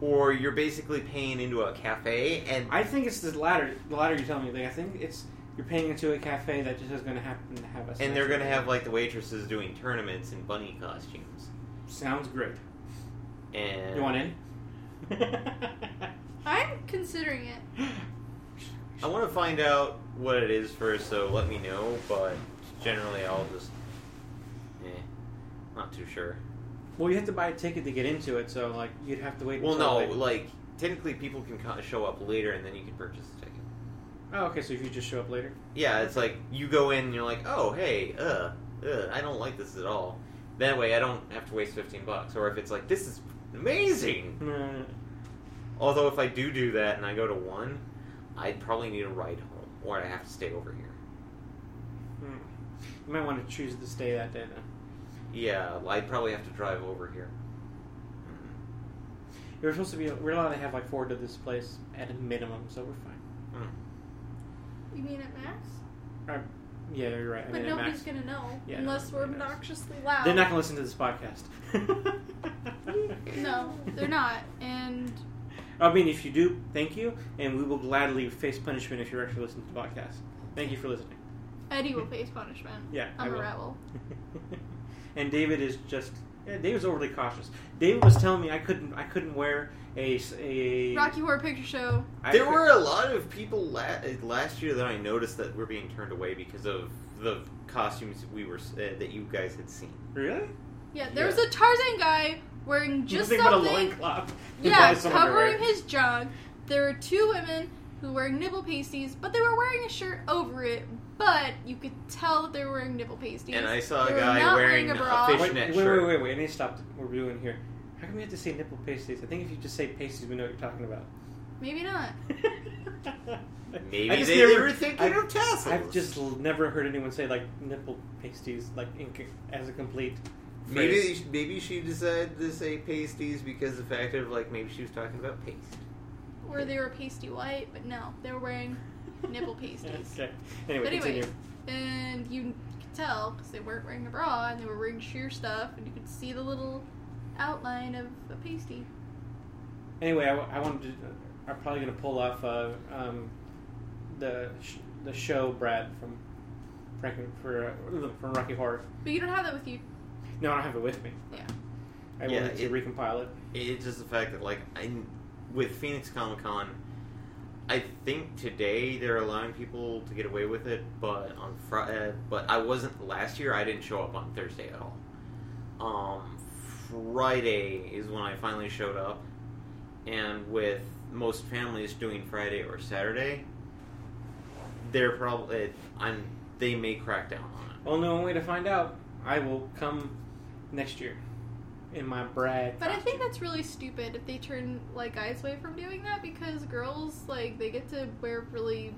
Speaker 1: or you're basically paying into a cafe and
Speaker 3: I think it's the latter. The latter you're telling me. Like, I think it's you're paying into a cafe that just is going to happen to have us.
Speaker 1: and they're gonna have like the waitresses doing tournaments in bunny costumes.
Speaker 3: Sounds great.
Speaker 1: And
Speaker 3: You want in?
Speaker 2: I'm considering it.
Speaker 1: I want to find out what it is first, so let me know. But generally, I'll just eh, not too sure.
Speaker 3: well, you have to buy a ticket to get into it, so like you'd have to wait.
Speaker 1: Well,
Speaker 3: until,
Speaker 1: no,
Speaker 3: like-
Speaker 1: like technically, people can co- show up later, and then you can purchase the ticket.
Speaker 3: oh, okay. So if you just show up later.
Speaker 1: Yeah, it's like you go in and you're like, oh hey, uh, uh, I don't like this at all. That way, I don't have to waste fifteen bucks. Or if it's like this is amazing.
Speaker 3: Mm,
Speaker 1: Although if I do do that and I go to one, I'd probably need a ride home, or I have to stay over here.
Speaker 3: mm. You might want to choose to stay that day then.
Speaker 1: Yeah, I'd probably have to drive over here.
Speaker 3: We're supposed to be. We're allowed to have like four to this place at a minimum, so we're fine.
Speaker 2: You mean at Max?
Speaker 3: Yeah, you're right. I
Speaker 2: but
Speaker 3: mean, at
Speaker 2: nobody's
Speaker 3: max.
Speaker 2: gonna know
Speaker 3: Yeah,
Speaker 2: unless we're
Speaker 3: nobody knows.
Speaker 2: obnoxiously loud.
Speaker 3: They're not gonna listen to this podcast.
Speaker 2: No, they're not. And
Speaker 3: I mean, if you do, thank you, and we will gladly face punishment if you're actually listening to the podcast. Thank you for listening.
Speaker 2: Eddie will face punishment.
Speaker 3: Yeah, I
Speaker 2: I'm a
Speaker 3: will.
Speaker 2: rebel.
Speaker 3: and David is just. Yeah, David's overly cautious. David was telling me I couldn't. I couldn't wear a. s- a
Speaker 2: Rocky Horror Picture Show.
Speaker 3: I
Speaker 1: there
Speaker 3: could-
Speaker 1: were a lot of people la- last year that I noticed that were being turned away because of the costumes we were s- uh, that you guys had seen.
Speaker 3: really
Speaker 2: Yeah, there
Speaker 1: Yeah.
Speaker 2: was a Tarzan guy wearing just
Speaker 3: nothing but a
Speaker 2: something.
Speaker 3: loincloth.
Speaker 2: Yeah,
Speaker 3: That's what I'm wearing.
Speaker 2: covering his junk. There were two women who were wearing nipple pasties, but they were wearing a shirt over it. But you could tell that they were wearing nipple pasties.
Speaker 1: And I saw a
Speaker 2: They were
Speaker 1: guy
Speaker 2: not
Speaker 1: wearing
Speaker 2: a
Speaker 1: a
Speaker 2: bra.
Speaker 1: fish-
Speaker 3: Wait,
Speaker 1: net
Speaker 3: wait, wait,
Speaker 1: shirt.
Speaker 3: wait, wait, I need to stop what we're doing here. How come we have to say nipple pasties? I think if you just say pasties, we know what you're talking about.
Speaker 2: Maybe not.
Speaker 1: Maybe
Speaker 3: I just
Speaker 1: they,
Speaker 3: never-
Speaker 1: they were thinking
Speaker 3: I've-
Speaker 1: of tassels.
Speaker 3: I've just l- never heard anyone say like nipple pasties like in, as a complete.
Speaker 1: maybe
Speaker 3: phrase.
Speaker 1: sh- maybe she decided to say pasties because the fact of like maybe she was talking about paste.
Speaker 2: Or they were pasty white, but no, they were wearing nipple pasties.
Speaker 3: okay. Anyway,
Speaker 2: But anyway.
Speaker 3: continue.
Speaker 2: and you could tell because they weren't wearing a bra and they were wearing sheer stuff, and you could see the little outline of a pasty.
Speaker 3: Anyway, I, wa- I wanted to. I'm probably gonna pull off uh, um, the sh- the show Brad from Franklin for uh, from Rocky Horror.
Speaker 2: But you don't have that with you.
Speaker 3: No, I don't have it with me.
Speaker 2: Yeah.
Speaker 3: I
Speaker 1: Yeah,
Speaker 3: wanted to
Speaker 1: it-
Speaker 3: recompile it.
Speaker 1: It's just the fact that like I with Phoenix Comic Con, I think today they're allowing people to get away with it, but on Friday, but I wasn't last year. I didn't show up on Thursday at all. Um, Friday is when I finally showed up, and with most families doing Friday or Saturday, they're probably I'm they may crack down on it.
Speaker 3: Only one way to find out. I will come next year in my Brad.
Speaker 2: But I think
Speaker 3: costume.
Speaker 2: that's really stupid if they turn like guys away from doing that because girls like they get to wear really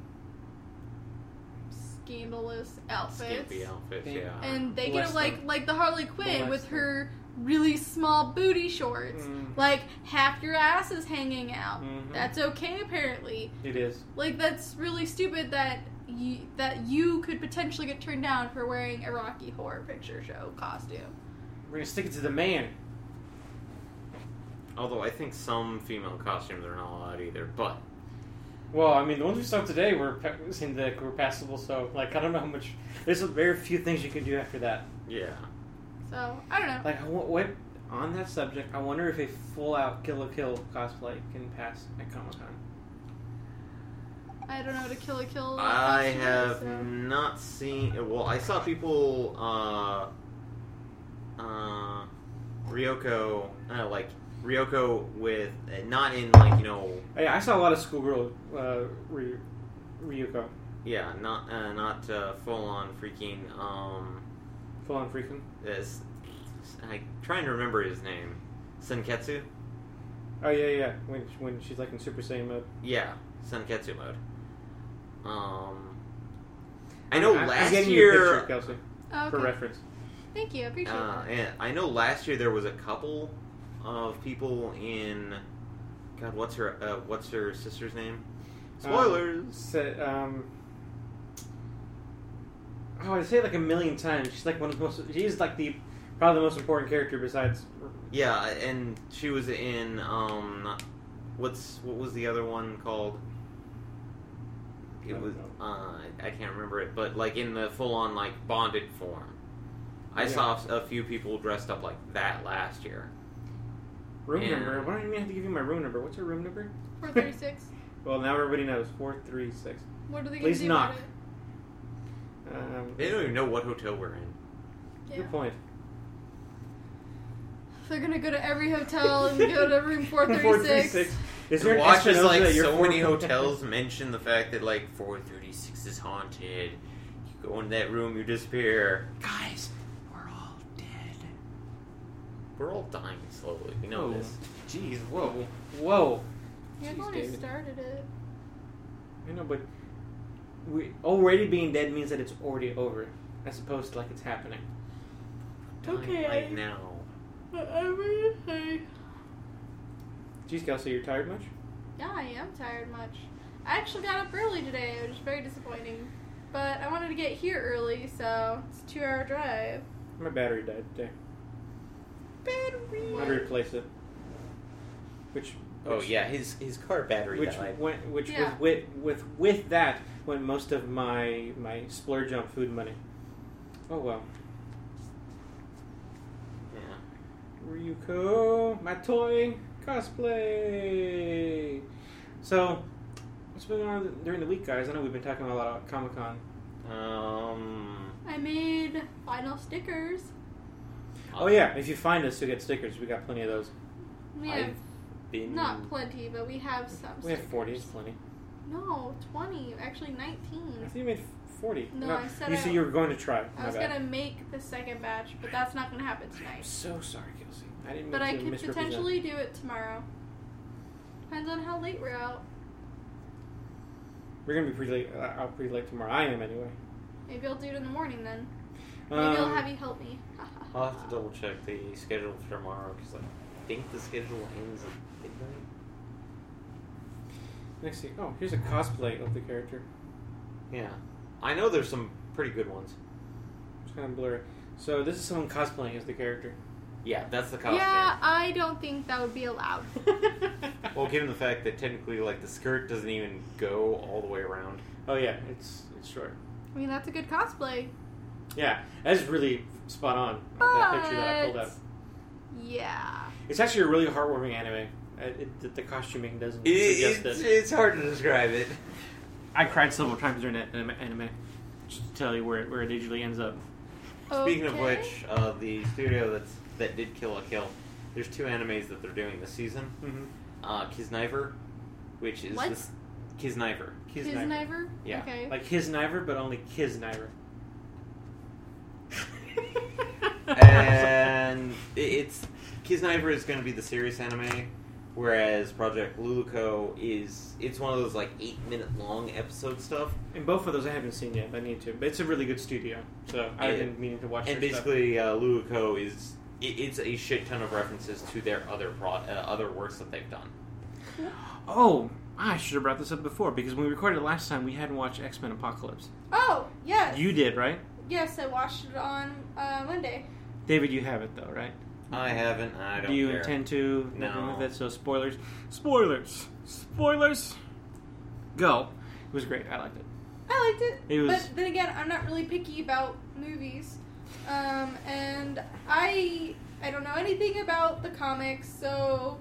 Speaker 2: scandalous outfits.
Speaker 1: Skimpy outfits,
Speaker 3: They-
Speaker 1: yeah.
Speaker 2: And they
Speaker 3: Bless
Speaker 2: get like
Speaker 3: them.
Speaker 2: like the Harley Quinn
Speaker 3: Bless
Speaker 2: with
Speaker 3: them.
Speaker 2: her really small booty shorts.
Speaker 3: Mm.
Speaker 2: Like half your ass is hanging out.
Speaker 3: Mhm.
Speaker 2: That's okay apparently.
Speaker 3: it is.
Speaker 2: Like that's really stupid that you, that you could potentially get turned down for wearing a Rocky Horror Picture Show costume.
Speaker 3: We're gonna stick it to the man.
Speaker 1: Although I think some female costumes are not allowed either, but
Speaker 3: Well, I mean, the ones we saw today were pa- seemed like were passable. So, like, I don't know how much. There's very few things you can do after that.
Speaker 1: yeah.
Speaker 2: So I don't know.
Speaker 3: Like, I wa- what on that subject? I wonder if a full-out Kill a Kill cosplay can pass at Comic Con.
Speaker 2: I don't know what a kill a kill. uh,
Speaker 1: I
Speaker 2: costume is,
Speaker 1: have
Speaker 2: so-
Speaker 1: not seen. Well, I saw people, uh, uh, Ryoko, uh, like Ryoko with uh, not in like you know,
Speaker 3: Oh, I, I saw a lot of schoolgirl uh, Ry- Ryuko,
Speaker 1: yeah, not uh, not uh, full on freaking. Um,
Speaker 3: full-on freaking.
Speaker 1: this, I'm trying to remember his name, Senketsu.
Speaker 3: Oh yeah, yeah. When when she's like in Super Saiyan mode.
Speaker 1: Yeah, Senketsu mode. Um, I know
Speaker 3: I'm
Speaker 1: last
Speaker 3: getting you a
Speaker 1: year.
Speaker 3: picture, Kelsey,
Speaker 2: Oh,
Speaker 3: for
Speaker 2: okay.
Speaker 3: reference.
Speaker 2: Thank you, I appreciate
Speaker 1: Uh,
Speaker 2: that.
Speaker 1: and I know last year there was a couple of people in. God, what's her uh, what's her sister's name?
Speaker 3: Um,
Speaker 1: Spoilers.
Speaker 3: Said, um, oh, I say it like a million times. She's like one of the most. She's like the probably the most important character besides.
Speaker 1: yeah, and she was in um, what's what was the other one called?
Speaker 3: I
Speaker 1: It
Speaker 3: don't
Speaker 1: was
Speaker 3: know.
Speaker 1: uh, I can't remember it, but like in the full on like bonded form. I
Speaker 3: Yeah.
Speaker 1: saw a few people dressed up like that last year.
Speaker 3: Room
Speaker 1: Yeah.
Speaker 3: number. Why don't you have to give you my room number? What's your room number?
Speaker 2: 436.
Speaker 3: Well, now everybody knows. Four three six.
Speaker 2: What are they going
Speaker 3: Please
Speaker 2: to do
Speaker 3: knock.
Speaker 2: about it?
Speaker 3: Um,
Speaker 1: They don't even know what hotel we're in.
Speaker 2: Yeah.
Speaker 3: Good point.
Speaker 2: They're going to go to every hotel and go to room 436.
Speaker 3: 436. Is there an
Speaker 1: watch as
Speaker 3: Espinosa
Speaker 1: like
Speaker 3: at your
Speaker 1: so
Speaker 3: four-
Speaker 1: many hotels mention the fact that like 436 is haunted. You go in that room, you disappear. Guys, we're all dead. We're all dying slowly. We know
Speaker 3: Whoa.
Speaker 1: this.
Speaker 3: Jeez, whoa, whoa.
Speaker 2: You're the
Speaker 3: Jeez,
Speaker 2: one who
Speaker 3: David.
Speaker 2: started it.
Speaker 3: I know, but we already being dead means that it's already over, as opposed to like it's happening.
Speaker 1: Dying
Speaker 2: Okay.
Speaker 1: Right now.
Speaker 3: Jeez, Kelsey, you're tired much?
Speaker 2: Yeah, I am tired much. I actually got up early today, which is very disappointing. But I wanted to get here early, so it's a two hour drive.
Speaker 3: My battery died today. I had to
Speaker 2: Battery.
Speaker 3: replace it. Which,
Speaker 1: Oh
Speaker 3: which-
Speaker 1: yeah, his his car battery
Speaker 3: which
Speaker 1: died.
Speaker 3: went which
Speaker 2: Yeah.
Speaker 3: with, with with with that went most of my my splurge on food money. Oh well,
Speaker 1: Yeah.
Speaker 3: Ryuko, my toy cosplay. So, what's been going on during the week, guys? I know we've been talking a lot about Comic Con.
Speaker 1: Um.
Speaker 2: I made final stickers.
Speaker 3: Oh yeah, if you find us, you get stickers. We got plenty of those.
Speaker 2: We
Speaker 1: I've
Speaker 2: have
Speaker 1: been
Speaker 2: not plenty, but we have some.
Speaker 3: We have
Speaker 2: stickers. Mm.
Speaker 3: forty. It's plenty.
Speaker 2: No, 20. Actually,
Speaker 3: I
Speaker 2: 19.
Speaker 3: think you made forty.
Speaker 2: No, I said
Speaker 3: you
Speaker 2: I-
Speaker 3: said you were going to try.
Speaker 2: I
Speaker 3: My
Speaker 2: was
Speaker 3: bad.
Speaker 2: going to make the second batch, but that's not going to happen
Speaker 3: I'm
Speaker 2: tonight.
Speaker 3: so sorry, Kelsey. I didn't mean
Speaker 2: But
Speaker 3: to
Speaker 2: I could
Speaker 3: misrepresent.
Speaker 2: potentially do it tomorrow. Depends on how late we're out.
Speaker 3: We're gonna be pretty late. Uh, out pretty late tomorrow. I am anyway.
Speaker 2: Maybe I'll do it in the morning then. Maybe
Speaker 3: Um,
Speaker 2: I'll have you help me.
Speaker 1: I'll have to double check the schedule for tomorrow because I think the schedule ends at midnight.
Speaker 3: next thing. Oh, here's a cosplay of the character.
Speaker 1: Yeah. I know there's some pretty good ones.
Speaker 3: It's kind of blurry. So this is someone cosplaying as the character.
Speaker 1: Yeah, that's the costume.
Speaker 2: yeah, I don't think that would be allowed.
Speaker 1: Well, given the fact that technically, like, the skirt doesn't even go all the way around.
Speaker 3: oh yeah, it's it's short.
Speaker 2: I mean, that's a good cosplay.
Speaker 3: Yeah, that's really spot on.
Speaker 2: But
Speaker 3: That picture that I pulled up.
Speaker 2: Yeah.
Speaker 3: It's actually a really heartwarming anime. Uh, It, the, the costuming doesn't suggest
Speaker 1: it's,
Speaker 3: this.
Speaker 1: it's hard to describe it.
Speaker 3: I cried several times during that anim- anime. Just to tell you where it, where it usually ends up.
Speaker 1: Speaking of
Speaker 2: Okay.
Speaker 1: which, uh, the studio that's that did Kill a Kill, there's two animes that they're doing this season.
Speaker 3: Mm-hmm.
Speaker 1: Uh, Kisniver which is
Speaker 2: What?
Speaker 1: this Kisniver.
Speaker 2: His
Speaker 3: Kisniver.
Speaker 2: Kniver?
Speaker 1: Yeah,
Speaker 2: Okay.
Speaker 3: Like his Niver, but only Kisniver.
Speaker 1: and i- it's Kisniver is going to be the serious anime, whereas Project Luluko is it's one of those like eight minute long episode stuff.
Speaker 3: And both of those I haven't seen yet, but I need to. But it's a really good studio, so I've
Speaker 1: Yeah.
Speaker 3: been meaning to watch.
Speaker 1: And
Speaker 3: their stuff.
Speaker 1: basically, uh, Luluko is it, it's a shit ton of references to their other pro, uh, other works that they've done.
Speaker 3: oh, I should have brought this up before because when we recorded last time, we hadn't watched X Men Apocalypse.
Speaker 2: oh, yes.
Speaker 3: You did, right?
Speaker 2: yes, I watched it on uh, Monday.
Speaker 3: David, you have it though, right?
Speaker 1: I haven't. I don't.
Speaker 3: Do you
Speaker 1: care.
Speaker 3: intend to?
Speaker 1: No.
Speaker 3: nothing With it? So spoilers, spoilers, spoilers. Go. It was great. I liked it.
Speaker 2: I liked it.
Speaker 3: It was-
Speaker 2: But then again, I'm not really picky about movies. Um, and I I don't know anything about the comics, so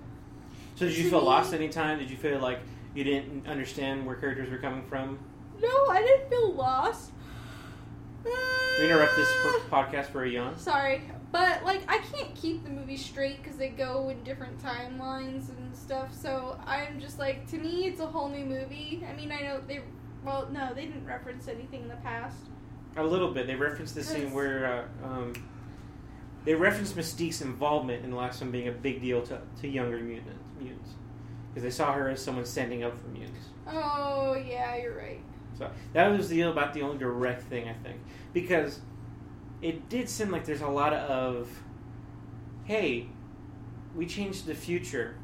Speaker 3: So did you feel lost anytime? Did you feel like you didn't understand where characters were coming from?
Speaker 2: no, I didn't feel lost. Uh,
Speaker 3: We interrupt this for, podcast for a yawn.
Speaker 2: Sorry, but like I can't keep the movie straight because they go in different timelines and stuff. So I'm just like, to me, it's a whole new movie. I mean, I know they, well, no, they didn't reference anything in the past.
Speaker 3: A little bit. They referenced the scene
Speaker 2: Yes.
Speaker 3: where uh, um, they referenced Mystique's involvement in the last one being a big deal to, to younger mutants mutants because they saw her as someone standing up for mutants.
Speaker 2: Oh yeah, you're right.
Speaker 3: So that was the about the only direct thing I think because it did seem like there's a lot of hey, we changed the future.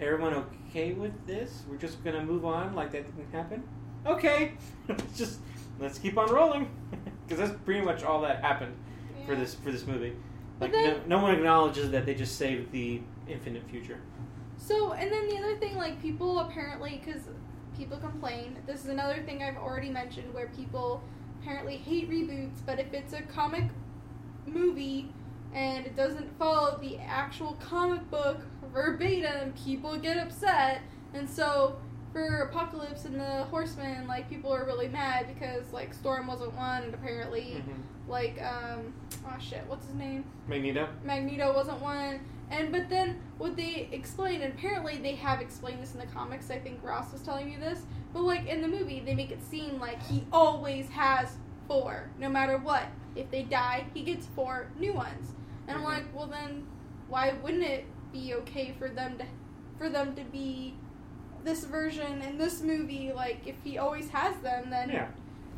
Speaker 3: Everyone okay with this? We're just gonna move on like that didn't happen. Okay, let's just let's keep on rolling because that's pretty much all that happened
Speaker 2: Yeah.
Speaker 3: for this for this movie.
Speaker 2: But
Speaker 3: Like
Speaker 2: then-
Speaker 3: no, no one acknowledges that they just saved the infinite future.
Speaker 2: So, and then the other thing, like people apparently, because people complain. This is another thing I've already mentioned, where people apparently hate reboots. But if it's a comic movie and it doesn't follow the actual comic book verbatim, people get upset. And so, for Apocalypse and the Horsemen, like people are really mad because like Storm wasn't one, and apparently,
Speaker 3: Mm-hmm.
Speaker 2: like um, oh shit, what's his name?
Speaker 3: Magneto.
Speaker 2: Magneto wasn't one. And but then what they explained, and apparently they have explained this in the comics. I think Ross was telling me this, but like in the movie, they make it seem like he always has four, no matter what. If they die, he gets four new ones. And
Speaker 3: Mhm.
Speaker 2: I'm like, well then, why wouldn't it be okay for them to, for them to be this version in this movie? Like if he always has them, then
Speaker 3: Yeah,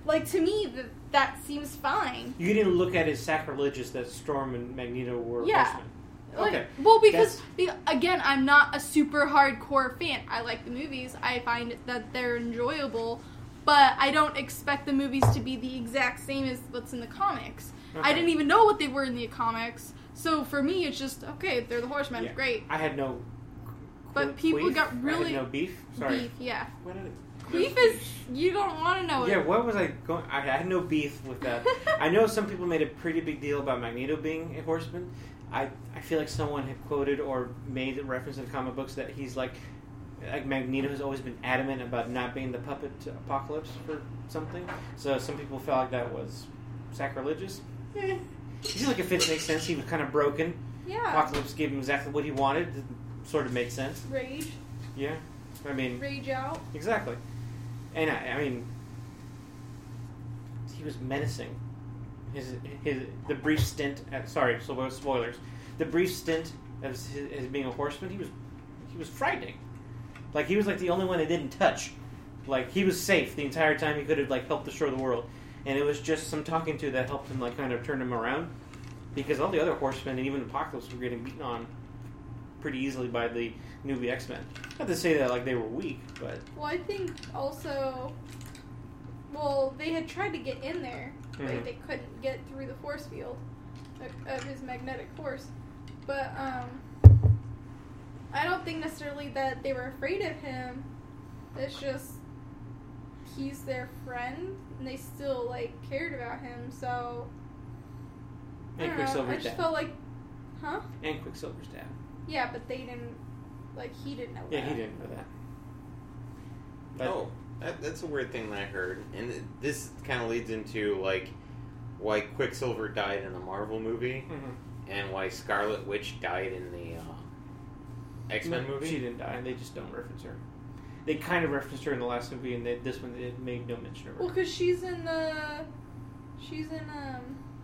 Speaker 2: like to me that that seems fine.
Speaker 3: you didn't look at it sacrilegious that Storm and Magneto were
Speaker 2: Yeah.
Speaker 3: horsemen.
Speaker 2: Like,
Speaker 3: Okay.
Speaker 2: Well, because be, again, I'm not a super hardcore fan. I like the movies. I find that they're enjoyable, but I don't expect the movies to be the exact same as what's in the comics. I
Speaker 3: Okay.
Speaker 2: didn't e- even know what they were in the comics, so for me, it's just okay. They're the Horsemen,
Speaker 3: Yeah.
Speaker 2: great.
Speaker 3: I had no.
Speaker 2: But people
Speaker 3: queef.
Speaker 2: got
Speaker 3: I had
Speaker 2: really
Speaker 3: no beef. Sorry.
Speaker 2: Beef, yeah.
Speaker 3: What did
Speaker 2: Beef is you don't want to know
Speaker 3: I, yeah.
Speaker 2: it.
Speaker 3: What was I going? I had no beef with that. I know some people made a pretty big deal about Magneto being a horseman. I I feel like someone had quoted or made a reference in comic books that he's like. Like Magneto has always been adamant about not being the puppet to Apocalypse for something, so some people felt like that was sacrilegious. Eh. It seemed like if it makes sense, he was kind of broken.
Speaker 2: yeah.
Speaker 3: Apocalypse gave him exactly what he wanted. It sort of made sense.
Speaker 2: Rage,
Speaker 3: Yeah, I mean,
Speaker 2: rage out.
Speaker 3: Exactly. And I, I mean, he was menacing. His his the brief stint. At, sorry, so what- spoilers. The brief stint as his, as being a horseman, he was he was frightening. Like he was like the only one they didn't touch. Like he was safe the entire time. He could have like helped assure the world, and it was just some talking to that helped him like kind of turn him around. Because all the other horsemen and even Apocalypse were getting beaten on pretty easily by the newbie X Men. Not to say that like they were weak, but
Speaker 2: Well, I think also, well, they had tried to get in there, but
Speaker 3: Mhm.
Speaker 2: they couldn't get through the force field of, of his magnetic force. But um, I don't think necessarily that they were afraid of him. It's just he's their friend, and they still like cared about him. So I don't
Speaker 3: And
Speaker 2: know. I
Speaker 3: Quicksilver's
Speaker 2: just
Speaker 3: dad.
Speaker 2: felt like, huh?
Speaker 3: and Quicksilver's dad.
Speaker 2: Yeah, but they didn't. Like he didn't know.
Speaker 3: Yeah,
Speaker 2: that.
Speaker 3: he didn't know that. But
Speaker 1: oh, that, that's a weird thing that I heard, and th- this kind of leads into like why Quicksilver died in the Marvel movie
Speaker 3: mhm.
Speaker 1: and why Scarlet Witch died in the uh, X Men
Speaker 3: No,
Speaker 1: movie.
Speaker 3: She didn't die. They just don't reference her. they kind of referenced her in the last movie, and they, this one they made no mention of her.
Speaker 2: Well, because she's in the, she's in um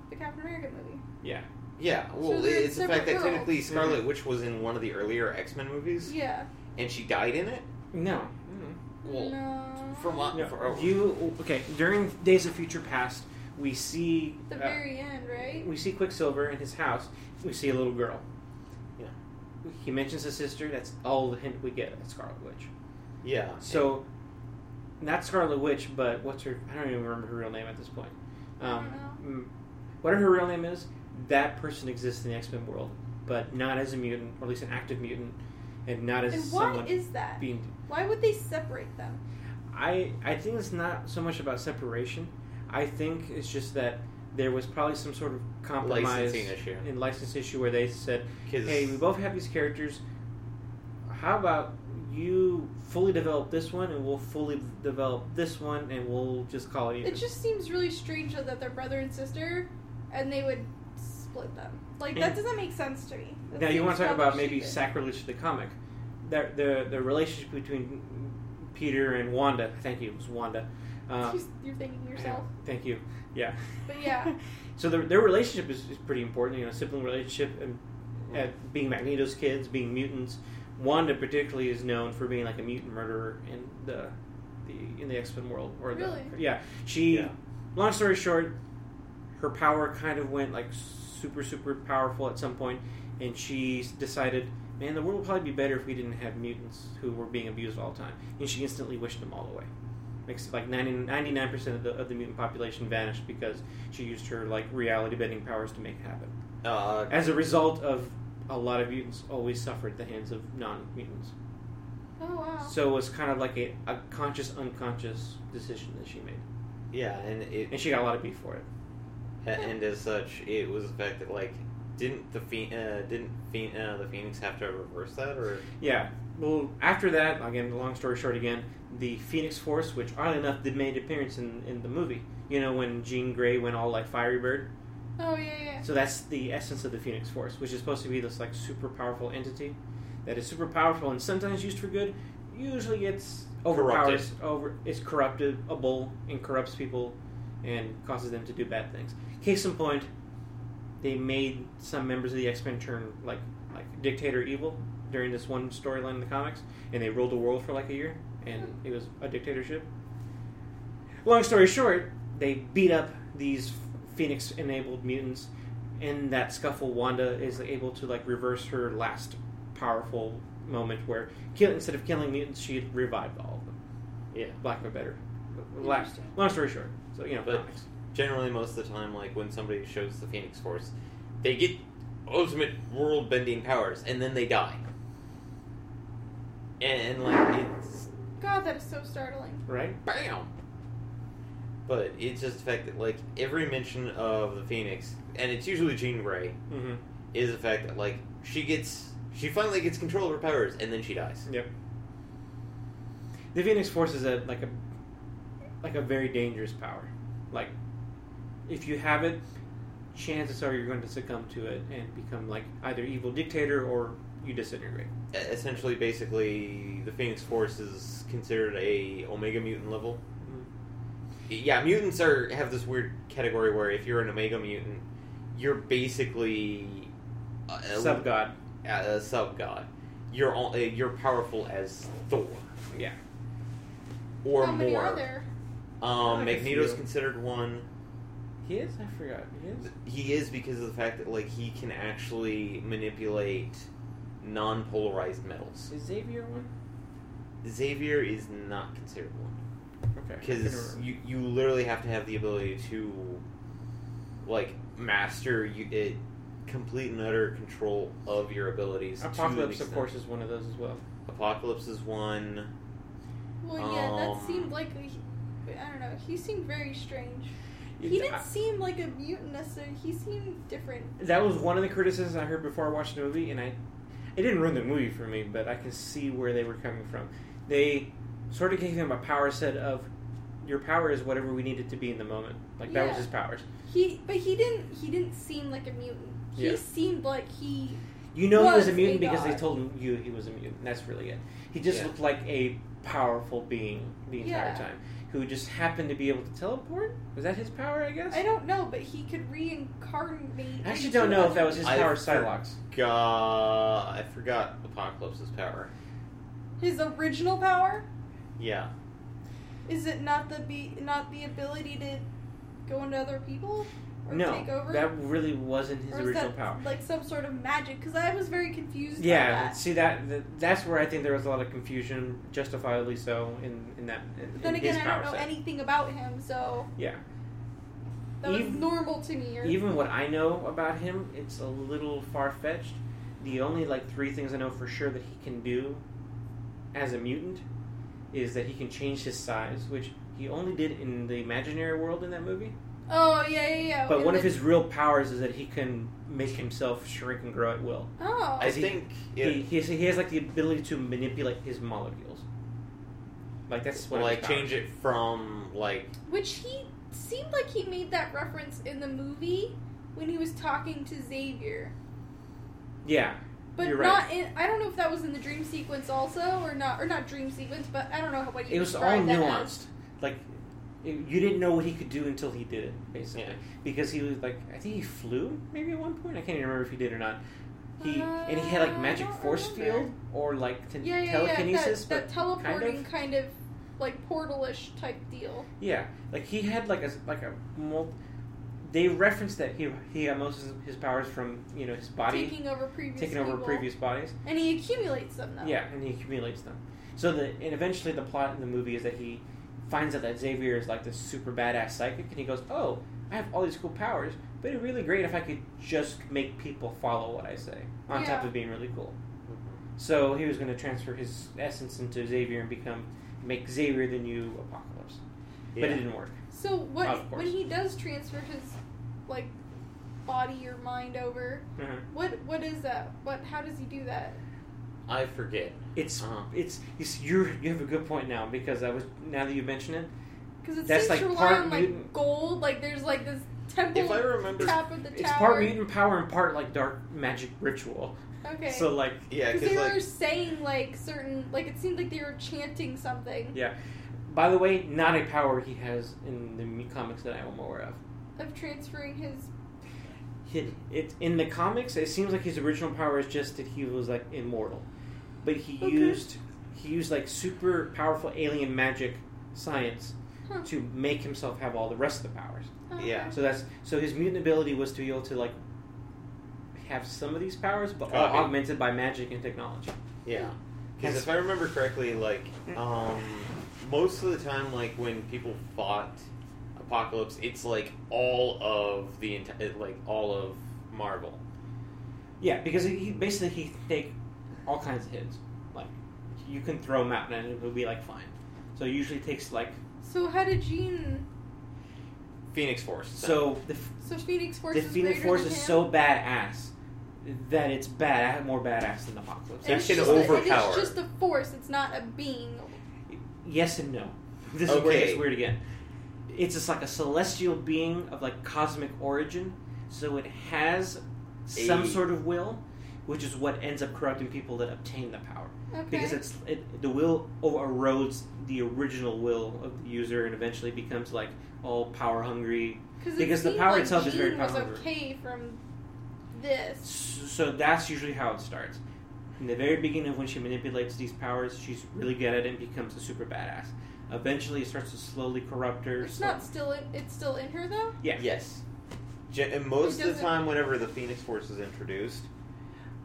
Speaker 2: the Captain America movie.
Speaker 3: Yeah,
Speaker 1: Yeah, well,
Speaker 2: So they're
Speaker 1: it's the fact that
Speaker 2: separate girls.
Speaker 1: technically Scarlet Witch was in one of the earlier X Men movies,
Speaker 2: Yeah.
Speaker 1: and she died in it.
Speaker 3: no, Mm-hmm.
Speaker 1: Well,
Speaker 2: no.
Speaker 1: from what?
Speaker 3: no.
Speaker 1: for- oh,
Speaker 3: You okay? During Days of Future Past, we see
Speaker 2: the
Speaker 3: uh,
Speaker 2: very end, right?
Speaker 3: we see Quicksilver in his house. We see a little girl.
Speaker 1: Yeah.
Speaker 3: He mentions his sister. That's all the hint we get at Scarlet Witch.
Speaker 1: yeah.
Speaker 3: So, not Scarlet Witch, but what's her? I don't even remember her real name at this point. Um, mm, whatever her real name is, that person exists in the X Men world, but not as a mutant, or at least an active mutant, and not as
Speaker 2: and why
Speaker 3: someone
Speaker 2: is that?
Speaker 3: being.
Speaker 2: Why would they separate them?
Speaker 3: I I think it's not so much about separation. I think it's just that there was probably some sort of compromise
Speaker 1: Licensing issue.
Speaker 3: in license issue where they said,
Speaker 1: 'Cause-
Speaker 3: "Hey, we both have these characters. How about you fully develop this one, and we'll fully develop this one, and we'll just call it even."
Speaker 2: It just seems really strange that they're brother and sister, and they would split them. Like that
Speaker 3: And-
Speaker 2: doesn't make sense to me. That
Speaker 3: now you
Speaker 2: seems
Speaker 3: want to talk
Speaker 2: probably
Speaker 3: about maybe
Speaker 2: stupid.
Speaker 3: sacrilege to the comic? The the the relationship between Peter and Wanda. Thank you, it was Wanda. Um,
Speaker 2: You're- You're thinking yourself,
Speaker 3: Thank you. Yeah.
Speaker 2: but yeah,
Speaker 3: So their, their relationship is, is pretty important, you know, sibling relationship and at being Magneto's kids, being mutants. Wanda particularly is known for being like a mutant murderer in the, the in the X Men world. Or
Speaker 2: Really?
Speaker 3: the yeah, she.
Speaker 1: Yeah.
Speaker 3: Long story short, her power kind of went like super super powerful at some point, and she decided, man, the world would probably be better if we didn't have mutants who were being abused all the time. And she instantly wished them all away. Makes it like 99 percent of the of the mutant population vanished because she used her like reality bending powers to make it happen.
Speaker 1: uh,
Speaker 3: As a result of a lot of mutants always suffered at the hands of non mutants.
Speaker 2: oh wow,
Speaker 3: So it was kind of like a, a conscious unconscious decision that she made.
Speaker 1: yeah, and it
Speaker 3: And she got a lot of beef for it.
Speaker 1: A- and as such, it was the fact that like didn't the Phoen- uh, didn't Phoen- uh, the Phoenix have to reverse that or
Speaker 3: Yeah. Well, after that, again, long story short, again, the Phoenix Force, which oddly enough did made an appearance in, in the movie. You know, when Jean Grey went all like fiery bird.
Speaker 2: oh yeah, yeah,
Speaker 3: So that's the essence of the Phoenix Force, which is supposed to be this like super powerful entity that is super powerful and sometimes used for good. Usually, it's overpowers, over it's corruptible and corrupts people and causes them to do bad things. Case in point, they made some members of the X Men turn like like dictator evil during this one storyline in the comics, and they ruled the world for like a year, and it was a dictatorship. Long story short, they beat up these Phoenix-enabled mutants. In that scuffle, Wanda is able to like reverse her last powerful moment, where kill, instead of killing mutants, she had revived all of them.
Speaker 1: yeah.
Speaker 3: Black or better. Last,
Speaker 2: Interesting.
Speaker 3: long story short, so you know,
Speaker 1: But-
Speaker 3: comics.
Speaker 1: Generally, most of the time, like when somebody shows the Phoenix Force, they get ultimate world bending powers, and then they die. And like it's
Speaker 2: God, that is so startling.
Speaker 3: right?
Speaker 1: bam. But it's just the fact that like every mention of the Phoenix, and it's usually Jean Grey,
Speaker 3: Mm-hmm.
Speaker 1: is the fact that like she gets she finally gets control of her powers, and then she dies.
Speaker 3: Yep. The Phoenix Force is a like a like a very dangerous power. Like if you have it, chances are you're going to succumb to it and become like either evil dictator or you disintegrate.
Speaker 1: essentially basically the phoenix force is considered a omega mutant level Mm. yeah mutants are have this weird category where if you're an omega mutant you're basically a,
Speaker 3: Sub god.
Speaker 1: a, a sub god you're all, uh, you're powerful as thor
Speaker 3: Yeah.
Speaker 1: or
Speaker 2: How
Speaker 1: more
Speaker 2: many are there?
Speaker 1: um
Speaker 3: Like a
Speaker 1: magneto's
Speaker 3: few.
Speaker 1: considered one
Speaker 3: He is? I forgot. He is?
Speaker 1: he is because of the fact that like he can actually manipulate non-polarized metals
Speaker 3: Is Xavier one?
Speaker 1: xavier is not considered one
Speaker 3: Okay. I couldn't
Speaker 1: because
Speaker 3: remember.
Speaker 1: you, you literally have to have the ability to like master you, it complete and utter control of your abilities to an
Speaker 3: Apocalypse of
Speaker 1: extent.
Speaker 3: course is one of those as well.
Speaker 1: apocalypse is one
Speaker 2: Well, yeah, that
Speaker 1: Um,
Speaker 2: seemed like a, I don't know. He seemed very strange. He didn't seem like a mutant necessarily. He seemed different.
Speaker 3: That was one of the criticisms I heard before I watched the movie, and I it didn't ruin the movie for me, but I can see where they were coming from. They sort of gave him a power set of your power is whatever we need it to be in the moment. Like that was
Speaker 2: Yeah.
Speaker 3: his powers.
Speaker 2: He, but he didn't. He didn't seem like a mutant. He
Speaker 3: Yeah.
Speaker 2: seemed like he
Speaker 3: You know he was
Speaker 2: Was
Speaker 3: a mutant
Speaker 2: a
Speaker 3: because they
Speaker 2: god.
Speaker 3: told him you he was a mutant. That's really it. He just
Speaker 1: Yeah.
Speaker 3: looked like a powerful being the entire
Speaker 2: Yeah.
Speaker 3: time who just happened to be able to teleport. Was that his power? I guess.
Speaker 2: I don't know, but he could reincarnate.
Speaker 3: I actually
Speaker 2: into
Speaker 3: don't know
Speaker 2: a-
Speaker 3: if that was his
Speaker 1: I-
Speaker 3: power, or Psylocke's.
Speaker 1: God, I forgot Apocalypse's power.
Speaker 2: his original power.
Speaker 1: Yeah.
Speaker 2: Is it not the be not the ability to go into other people or
Speaker 3: No,
Speaker 2: take over?
Speaker 3: that really wasn't his
Speaker 2: or is
Speaker 3: original
Speaker 2: that
Speaker 3: power.
Speaker 2: like some sort of magic? Because I was very confused.
Speaker 3: Yeah,
Speaker 2: By that.
Speaker 3: see that, that that's where I think there was a lot of confusion, justifiably so, in in that. In,
Speaker 2: But then
Speaker 3: in
Speaker 2: again,
Speaker 3: his
Speaker 2: I
Speaker 3: power
Speaker 2: don't know
Speaker 3: set.
Speaker 2: anything about him, so
Speaker 3: Yeah,
Speaker 2: that was
Speaker 3: Even-
Speaker 2: normal to me. Or,
Speaker 3: even what I know about him, it's a little far fetched. The only like three things I know for sure that he can do as a mutant is that he can change his size, which he only did in the imaginary world in that movie.
Speaker 2: oh yeah, yeah, yeah.
Speaker 3: But
Speaker 2: and
Speaker 3: one of
Speaker 2: then-
Speaker 3: his real powers is that he can make himself shrink and grow at will.
Speaker 2: oh
Speaker 1: I
Speaker 3: Is he-
Speaker 1: think
Speaker 3: He,
Speaker 1: it,
Speaker 3: he, has, he has like the ability to manipulate his molecules. Like that's what
Speaker 1: like change it from like
Speaker 2: which he seemed like he made that reference in the movie when he was talking to Xavier.
Speaker 3: Yeah,
Speaker 2: But
Speaker 3: You're right.
Speaker 2: not in. I don't know if that was in the dream sequence also, or not, or not dream sequence. But I don't know what you
Speaker 3: it was all
Speaker 2: described that as.
Speaker 3: nuanced. Like it- you didn't know what he could do until he did it, basically.
Speaker 1: Yeah.
Speaker 3: Because he was like, I think he flew maybe at one point. I can't even remember if he did or not. He and he had
Speaker 2: Uh,
Speaker 3: like
Speaker 2: I
Speaker 3: magic
Speaker 2: don't
Speaker 3: force
Speaker 2: remember.
Speaker 3: field or like t-
Speaker 2: Yeah, yeah,
Speaker 3: telekinesis,
Speaker 2: yeah. That, that
Speaker 3: but
Speaker 2: teleporting
Speaker 3: kind of.
Speaker 2: kind of like portalish type deal.
Speaker 3: yeah, like he had like a like a. Mul- they referenced that he he got most of his powers from you know his body
Speaker 2: taking over previous
Speaker 3: taking over
Speaker 2: people.
Speaker 3: previous bodies.
Speaker 2: and he accumulates them though.
Speaker 3: Yeah, and he accumulates them. So the and eventually the plot in the movie is that he finds out that Xavier is like this super badass psychic, and he goes, "Oh, I have all these cool powers, but it'd be really great if I could just make people follow what I say." On top
Speaker 2: Yeah.
Speaker 3: of being really cool, so he was going to transfer his essence into Xavier and become make Xavier the new Apocalypse, but it didn't work.
Speaker 2: So what
Speaker 3: Of course.
Speaker 2: when he does transfer his like body or mind over, what what is that? What how does he do that?
Speaker 1: I forget.
Speaker 3: It's
Speaker 1: Uh-huh.
Speaker 3: it's you see, you're you have a good point now because I was now that you mention it,
Speaker 2: Because it
Speaker 3: That's,
Speaker 2: seems to
Speaker 3: like,
Speaker 2: rely
Speaker 3: part
Speaker 2: on like
Speaker 3: mutant.
Speaker 2: gold. Like there's like this temple
Speaker 1: If I remember,
Speaker 2: top of the
Speaker 3: it's
Speaker 2: tower.
Speaker 3: part mutant power and part like dark magic ritual.
Speaker 2: Okay.
Speaker 3: So like
Speaker 1: yeah,
Speaker 2: because
Speaker 1: because
Speaker 2: they
Speaker 1: like
Speaker 2: were saying like certain like it seemed like they were chanting something
Speaker 3: By the way, not a power he has in the me- comics that I am aware of.
Speaker 2: of transferring his
Speaker 3: He- It, in the comics, it seems like his original power is just that he was like immortal, but he
Speaker 2: Okay.
Speaker 3: used he used like super powerful alien magic science
Speaker 2: Huh.
Speaker 3: to make himself have all the rest of the powers.
Speaker 1: Yeah.
Speaker 3: So that's so his mutant ability was to be able to like have some of these powers, but all
Speaker 1: Copy.
Speaker 3: augmented by magic and technology.
Speaker 1: Yeah. Because if I remember correctly, like, um, most of the time, like, when people fought Apocalypse, it's like all of the entire, like, all of Marvel.
Speaker 3: Yeah, because he- he basically he can take all kinds of hits. Like you can throw him out and it will be like fine. So it usually takes like
Speaker 2: So how did Jean?
Speaker 1: Phoenix Force.
Speaker 3: so the, f-
Speaker 2: So Phoenix Force.
Speaker 3: the
Speaker 2: is
Speaker 3: Phoenix
Speaker 2: greater
Speaker 3: Force
Speaker 2: than
Speaker 3: is
Speaker 2: him?
Speaker 3: so badass that it's bad more badass than Apocalypse.
Speaker 2: And
Speaker 1: It
Speaker 2: it's
Speaker 1: can
Speaker 2: just
Speaker 1: overpower.
Speaker 2: It's just a force. It's not a being.
Speaker 3: Yes and no. This is where it
Speaker 1: Okay.
Speaker 3: gets weird again. It's just like a celestial being of like cosmic origin, so it has some
Speaker 1: A-
Speaker 3: sort of will, which is what ends up corrupting people that obtain the power.
Speaker 2: Okay.
Speaker 3: because it's it, the will o- erodes the original will of the user and eventually becomes like all power hungry
Speaker 2: it
Speaker 3: because the
Speaker 2: seemed
Speaker 3: power
Speaker 2: like
Speaker 3: itself is very
Speaker 2: Jean was
Speaker 3: powerful.
Speaker 2: okay from
Speaker 3: S-
Speaker 2: this.
Speaker 3: so that's usually how it starts in the very beginning of when she manipulates these powers she's really good at it and becomes a super badass eventually it starts to slowly corrupt her
Speaker 2: It's
Speaker 3: so-
Speaker 2: not still. In, it's still in her though.
Speaker 3: yeah
Speaker 1: Yes. Gen- and most
Speaker 2: It
Speaker 1: of the
Speaker 2: doesn't-
Speaker 1: time, whenever the Phoenix Force is introduced,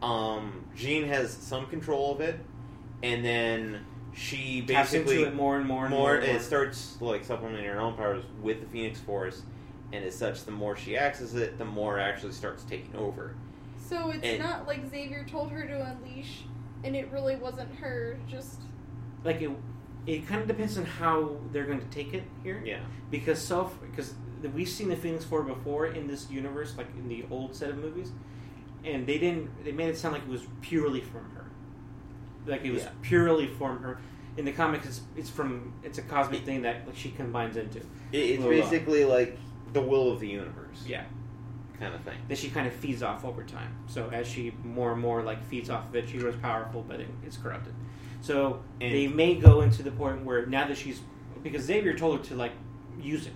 Speaker 1: um, Jean has some control of it, and then she
Speaker 3: taps
Speaker 1: basically
Speaker 3: into it more and more and
Speaker 1: more
Speaker 3: more,
Speaker 1: it starts like supplementing her own powers with the Phoenix Force, and as such, the more she accesses it, the more it actually starts taking over.
Speaker 2: So it's
Speaker 1: And-
Speaker 2: not like Xavier told her to unleash, and it really wasn't her. Just
Speaker 3: like it it kind of depends on how they're going to take it here
Speaker 1: Yeah,
Speaker 3: because self because the- we've seen the Phoenix Four before in this universe, like in the old set of movies, and they didn't they made it sound like it was purely from her, like it was
Speaker 1: Yeah.
Speaker 3: purely from her. In the comics, it's, it's from it's a cosmic thing that like, she combines into
Speaker 1: it, it's
Speaker 3: Well, uh,
Speaker 1: basically like the will of the universe.
Speaker 3: Yeah.
Speaker 1: kind of thing.
Speaker 3: that she kind of feeds off over time. So as she more and more like feeds off of it, she grows powerful, but it, it's corrupted. So
Speaker 1: And-
Speaker 3: they may go into the point where now that she's because Xavier told her to like use it,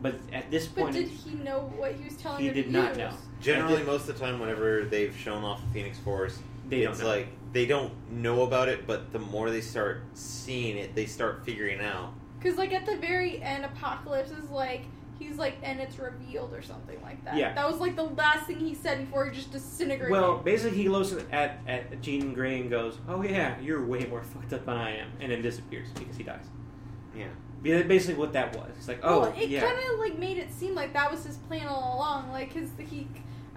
Speaker 3: but at this
Speaker 2: But
Speaker 3: point,
Speaker 2: did he know what he was telling
Speaker 3: He
Speaker 2: her to
Speaker 3: did not
Speaker 2: use?
Speaker 3: know.
Speaker 1: Generally,
Speaker 3: did-
Speaker 1: most of the time, whenever they've shown off the Phoenix Force,
Speaker 3: They don't
Speaker 1: it's
Speaker 3: know.
Speaker 1: like they don't know about it, but the more they start seeing it, they start figuring out.
Speaker 2: Because like at the very end, Apocalypse is like he's like, and it's revealed or something like that.
Speaker 3: Yeah.
Speaker 2: That was like the last thing he said before he just disintegrated.
Speaker 3: well, basically he looks at at Jean Grey and goes, "Oh yeah, you're way more fucked up than I am," and then disappears because he dies.
Speaker 1: Yeah,
Speaker 3: Yeah, basically what that was. It's like, oh
Speaker 2: Well, it
Speaker 3: yeah,
Speaker 2: kind of like made it seem like that was his plan all along. Like his he,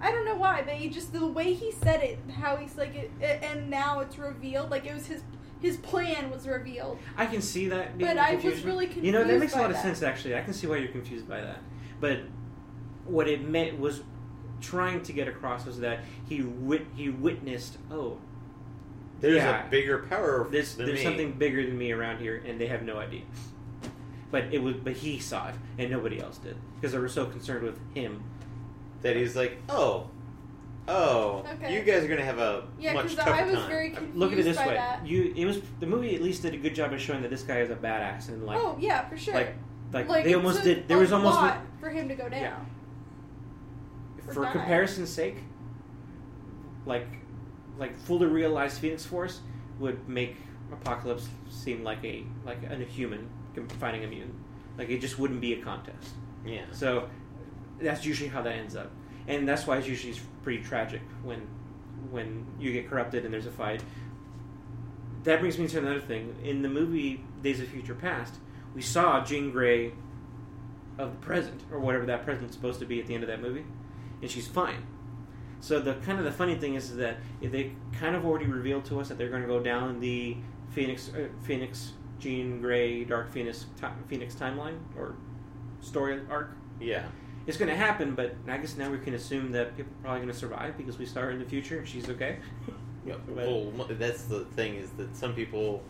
Speaker 2: I don't know why, but he just the way he said it, how he's like, it, it, and now it's revealed. Like it was his his plan was revealed.
Speaker 3: I can see that. Being
Speaker 2: But
Speaker 3: the
Speaker 2: I was
Speaker 3: confusion.
Speaker 2: really
Speaker 3: You know that
Speaker 2: confused
Speaker 3: makes a
Speaker 2: by
Speaker 3: lot of
Speaker 2: that.
Speaker 3: sense actually. I can see why you're confused by that. But what it meant was trying to get across was that he wit- he witnessed oh
Speaker 1: there's
Speaker 3: Yeah.
Speaker 1: a bigger power.
Speaker 3: this
Speaker 1: than
Speaker 3: there's
Speaker 1: me.
Speaker 3: something bigger than me around here and they have no idea. But it was but he saw it and nobody else did because they were so concerned with him.
Speaker 1: that he's like, oh, oh,
Speaker 2: Okay.
Speaker 1: you guys are gonna have a
Speaker 2: Yeah,
Speaker 1: much
Speaker 2: because
Speaker 1: tougher
Speaker 2: I was
Speaker 1: time.
Speaker 2: very confused
Speaker 3: Look at it this
Speaker 2: by
Speaker 3: way:
Speaker 2: that.
Speaker 3: you it was the movie at least did a good job of showing that this guy is a badass and like
Speaker 2: oh yeah, for sure.
Speaker 3: like like,
Speaker 2: Like,
Speaker 3: they almost
Speaker 2: it's a-
Speaker 3: did. There
Speaker 2: a
Speaker 3: was almost
Speaker 2: lot for him to go down.
Speaker 3: Yeah.
Speaker 2: Or
Speaker 3: for
Speaker 2: die.
Speaker 3: comparison's sake, like like fully realized Phoenix Force would make Apocalypse seem like a like an human com- fighting a mutant. Like it just wouldn't be a contest.
Speaker 1: yeah.
Speaker 3: So that's usually how that ends up, and that's why it's usually pretty tragic when when you get corrupted and there's a fight. That brings me to another thing. In the movie Days of Future Past, we saw Jean Grey of the present, or whatever that present's supposed to be at the end of that movie, and she's fine. So the kind of the funny thing is that they kind of already revealed to us that they're going to go down the Phoenix, uh, Phoenix, Jean Grey, Dark Phoenix, ti- Phoenix timeline or story arc.
Speaker 1: Yeah.
Speaker 3: It's going to happen, but I guess now we can assume that people are probably going to survive because we start in the future. and She's okay.
Speaker 1: Yeah,
Speaker 3: But-
Speaker 1: well, m- that's the thing is that some people,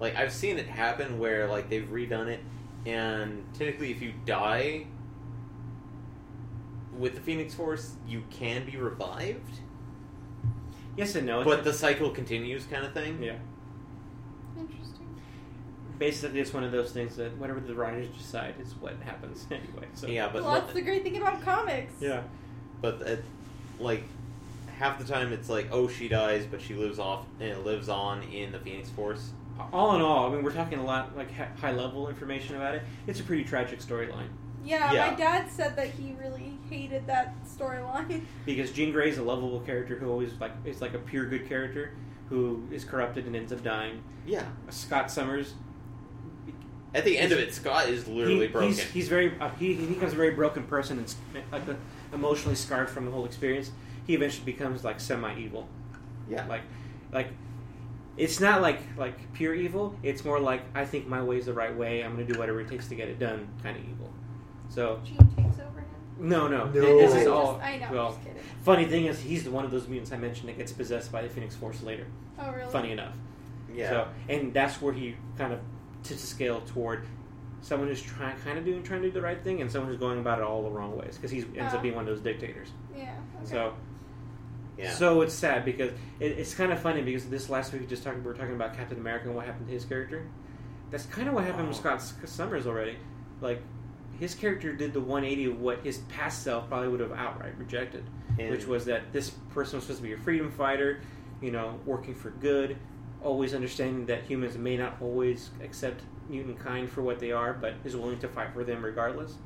Speaker 1: like I've seen it happen where like they've redone it, and typically if you die with the Phoenix Force, you can be revived,
Speaker 3: yes and no. It's-
Speaker 1: but the cycle continues, kind of thing.
Speaker 3: yeah,
Speaker 2: Interesting.
Speaker 3: basically it's one of those things that whatever the writers decide is what happens anyway. So
Speaker 1: yeah, but
Speaker 2: well, that's
Speaker 1: li-
Speaker 2: the great thing about comics.
Speaker 3: yeah.
Speaker 1: but uh, like half the time it's like oh she dies, but she lives off and lives on in the Phoenix Force.
Speaker 3: All in all, I mean, we're talking a lot like ha- high level information about it. It's a pretty tragic storyline.
Speaker 2: Yeah,
Speaker 1: Yeah.
Speaker 2: my dad said that he really hated that storyline.
Speaker 3: because Jean Grey is a lovable character who always like is like a pure good character who is corrupted and ends up dying.
Speaker 1: Yeah.
Speaker 3: Scott Summers,
Speaker 1: At the end of it, Scott is literally
Speaker 3: he,
Speaker 1: broken.
Speaker 3: He's, he's very uh, he, he becomes a very broken person and s- like uh, emotionally scarred from the whole experience. He eventually becomes like semi evil.
Speaker 1: yeah.
Speaker 3: Like like it's not like like pure evil. It's more like I think my way is the right way. I'm going to do whatever it takes to get it done. Kind of evil. So
Speaker 2: Jean takes over him.
Speaker 3: no, no,
Speaker 1: No.
Speaker 3: this
Speaker 2: I
Speaker 3: is
Speaker 2: just-
Speaker 3: all.
Speaker 2: I know.
Speaker 3: well,
Speaker 2: I'm just kidding.
Speaker 3: funny thing is, he's the one of those mutants I mentioned that gets possessed by the Phoenix Force later.
Speaker 2: Oh, really?
Speaker 3: Funny enough.
Speaker 1: yeah.
Speaker 3: So, and that's where he kind of tips the scale toward someone who's trying, kind of doing, trying to do the right thing, and someone who's going about it all the wrong ways because he ends
Speaker 2: Ah.
Speaker 3: up being one of those dictators.
Speaker 2: Yeah. Okay.
Speaker 3: So,
Speaker 1: yeah.
Speaker 3: so it's sad because it, it's kind of funny because this last week we just talking, we were talking about Captain America and what happened to his character. That's kind of what happened with
Speaker 1: Wow.
Speaker 3: Scott S- Summers already. Like, his character did the 180 of what his past self probably would have outright rejected
Speaker 1: And-
Speaker 3: which was that this person was supposed to be a freedom fighter, you know, working for good, always understanding that humans may not always accept mutant kind for what they are, but is willing to fight for them regardless.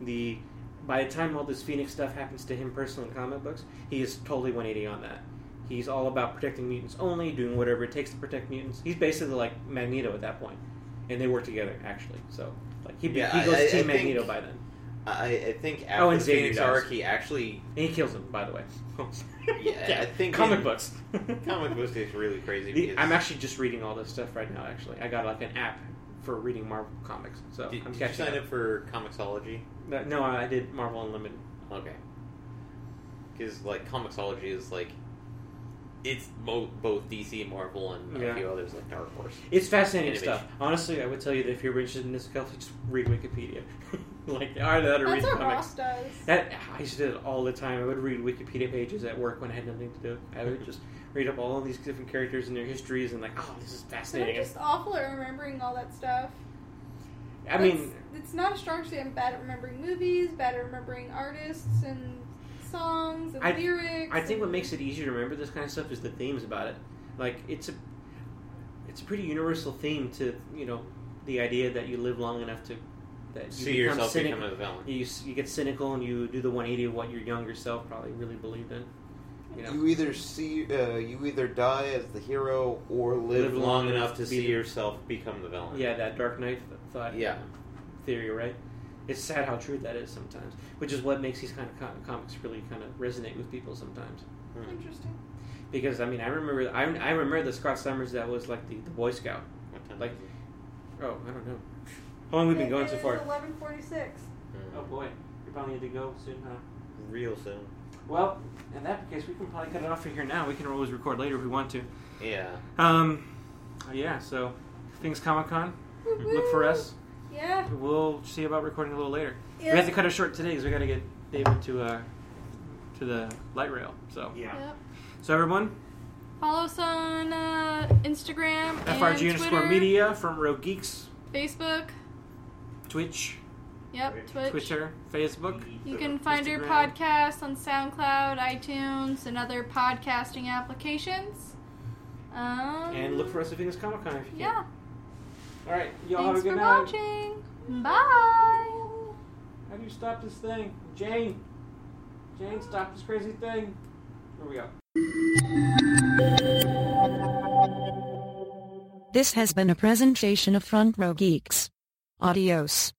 Speaker 3: The by the time all this Phoenix stuff happens to him personally in comic books, he is totally 180 on that. He's all about protecting mutants only, doing whatever it takes to protect mutants. He's basically like Magneto at that point, and they work together actually. So like he, be-
Speaker 1: Yeah,
Speaker 3: he goes
Speaker 1: I- I- I
Speaker 3: Team
Speaker 1: think-
Speaker 3: Magneto by then,
Speaker 1: I, I think after
Speaker 3: Oh, and
Speaker 1: the
Speaker 3: Xavier
Speaker 1: Phoenix
Speaker 3: dies.
Speaker 1: Arc, he actually
Speaker 3: and he kills him by the way.
Speaker 1: Yeah, I think
Speaker 3: comic
Speaker 1: in-
Speaker 3: books.
Speaker 1: comic book is really crazy.
Speaker 3: The-
Speaker 1: Because
Speaker 3: I'm actually just reading all this stuff right now. Actually, I got like an app for reading Marvel comics, so
Speaker 1: did,
Speaker 3: I'm
Speaker 1: did you
Speaker 3: catching
Speaker 1: sign up for Comixology?
Speaker 3: That- No, I did Marvel Unlimited.
Speaker 1: Okay, because like Comixology is like it's mo- both DC, Marvel, and
Speaker 3: Yeah.
Speaker 1: a few others like Dark Horse.
Speaker 3: It's fascinating
Speaker 1: Animation.
Speaker 3: stuff. Honestly, I would tell you that if you're interested in this stuff, just read Wikipedia. like, all right, I gotta read
Speaker 2: That's what
Speaker 3: comics.
Speaker 2: Ross does.
Speaker 3: That I used to do it all the time. I would read Wikipedia pages at work when I had nothing to do. I would just read up all these different characters and their histories, and like, oh, this is
Speaker 2: But I'm
Speaker 3: fascinating.
Speaker 2: just awful at remembering all that stuff.
Speaker 3: I mean,
Speaker 2: it's, it's not a strong suit. I'm bad at remembering movies, bad at remembering artists and songs and
Speaker 3: I-
Speaker 2: lyrics.
Speaker 3: I think what
Speaker 2: and-
Speaker 3: makes it easier to remember this kind of stuff is the themes about it. Like, it's a it's a pretty universal theme to you know the idea that you live long enough to that you
Speaker 1: See
Speaker 3: become
Speaker 1: yourself
Speaker 3: cynic-
Speaker 1: become a villain.
Speaker 3: you, you get cynical and you do the 180 of what your younger self probably really believed in. You know,
Speaker 5: You either see, uh, you either die as the hero or live,
Speaker 1: Live long enough to
Speaker 3: be
Speaker 1: see
Speaker 3: the-
Speaker 1: yourself become the villain.
Speaker 3: yeah, that Dark Knight th- thought.
Speaker 1: Yeah.
Speaker 3: theory, right? It's sad how true that is sometimes, which is what makes these kind of com- comics really kind of resonate with people sometimes.
Speaker 1: Hmm.
Speaker 2: Interesting.
Speaker 3: Because I mean, I remember I, I remember the Scott Summers that was like the, the Boy Scout.
Speaker 1: What time
Speaker 3: Like-
Speaker 1: is it?
Speaker 3: Oh, I don't know. How long have we been going so far?
Speaker 2: Eleven forty-six.
Speaker 1: Mm.
Speaker 3: Oh boy, you're probably going to go soon, huh?
Speaker 1: Hmm. real soon.
Speaker 3: Well, in that case, we can probably cut it off for here now. We can always record later if we want to.
Speaker 1: Yeah.
Speaker 3: Um, yeah. So, things Comic Con. Look for us.
Speaker 2: Yeah.
Speaker 3: We'll see about recording a little later.
Speaker 2: yeah.
Speaker 3: We have to cut it short today because we got to get David to uh to the light rail. So
Speaker 2: Yep.
Speaker 3: so everyone,
Speaker 2: Follow us on uh, Instagram and
Speaker 3: FRG underscore
Speaker 2: Twitter,
Speaker 3: media from Rogue Geeks,
Speaker 2: Facebook.
Speaker 3: Twitch,
Speaker 2: Yep, Twitch.
Speaker 3: Twitter, Facebook.
Speaker 2: You can find our
Speaker 3: Instagram.
Speaker 2: podcast on SoundCloud, iTunes, and other podcasting applications. Um,
Speaker 3: And look for us at Venus Comic Con if you can.
Speaker 2: Yeah.
Speaker 3: All right, y'all
Speaker 2: Thanks
Speaker 3: have
Speaker 2: for
Speaker 3: a good night.
Speaker 2: watching. Bye.
Speaker 3: How do you stop this thing, Jane? Jane, stop this crazy thing. Here we go.
Speaker 4: This has been a presentation of Front Row Geeks. Adios.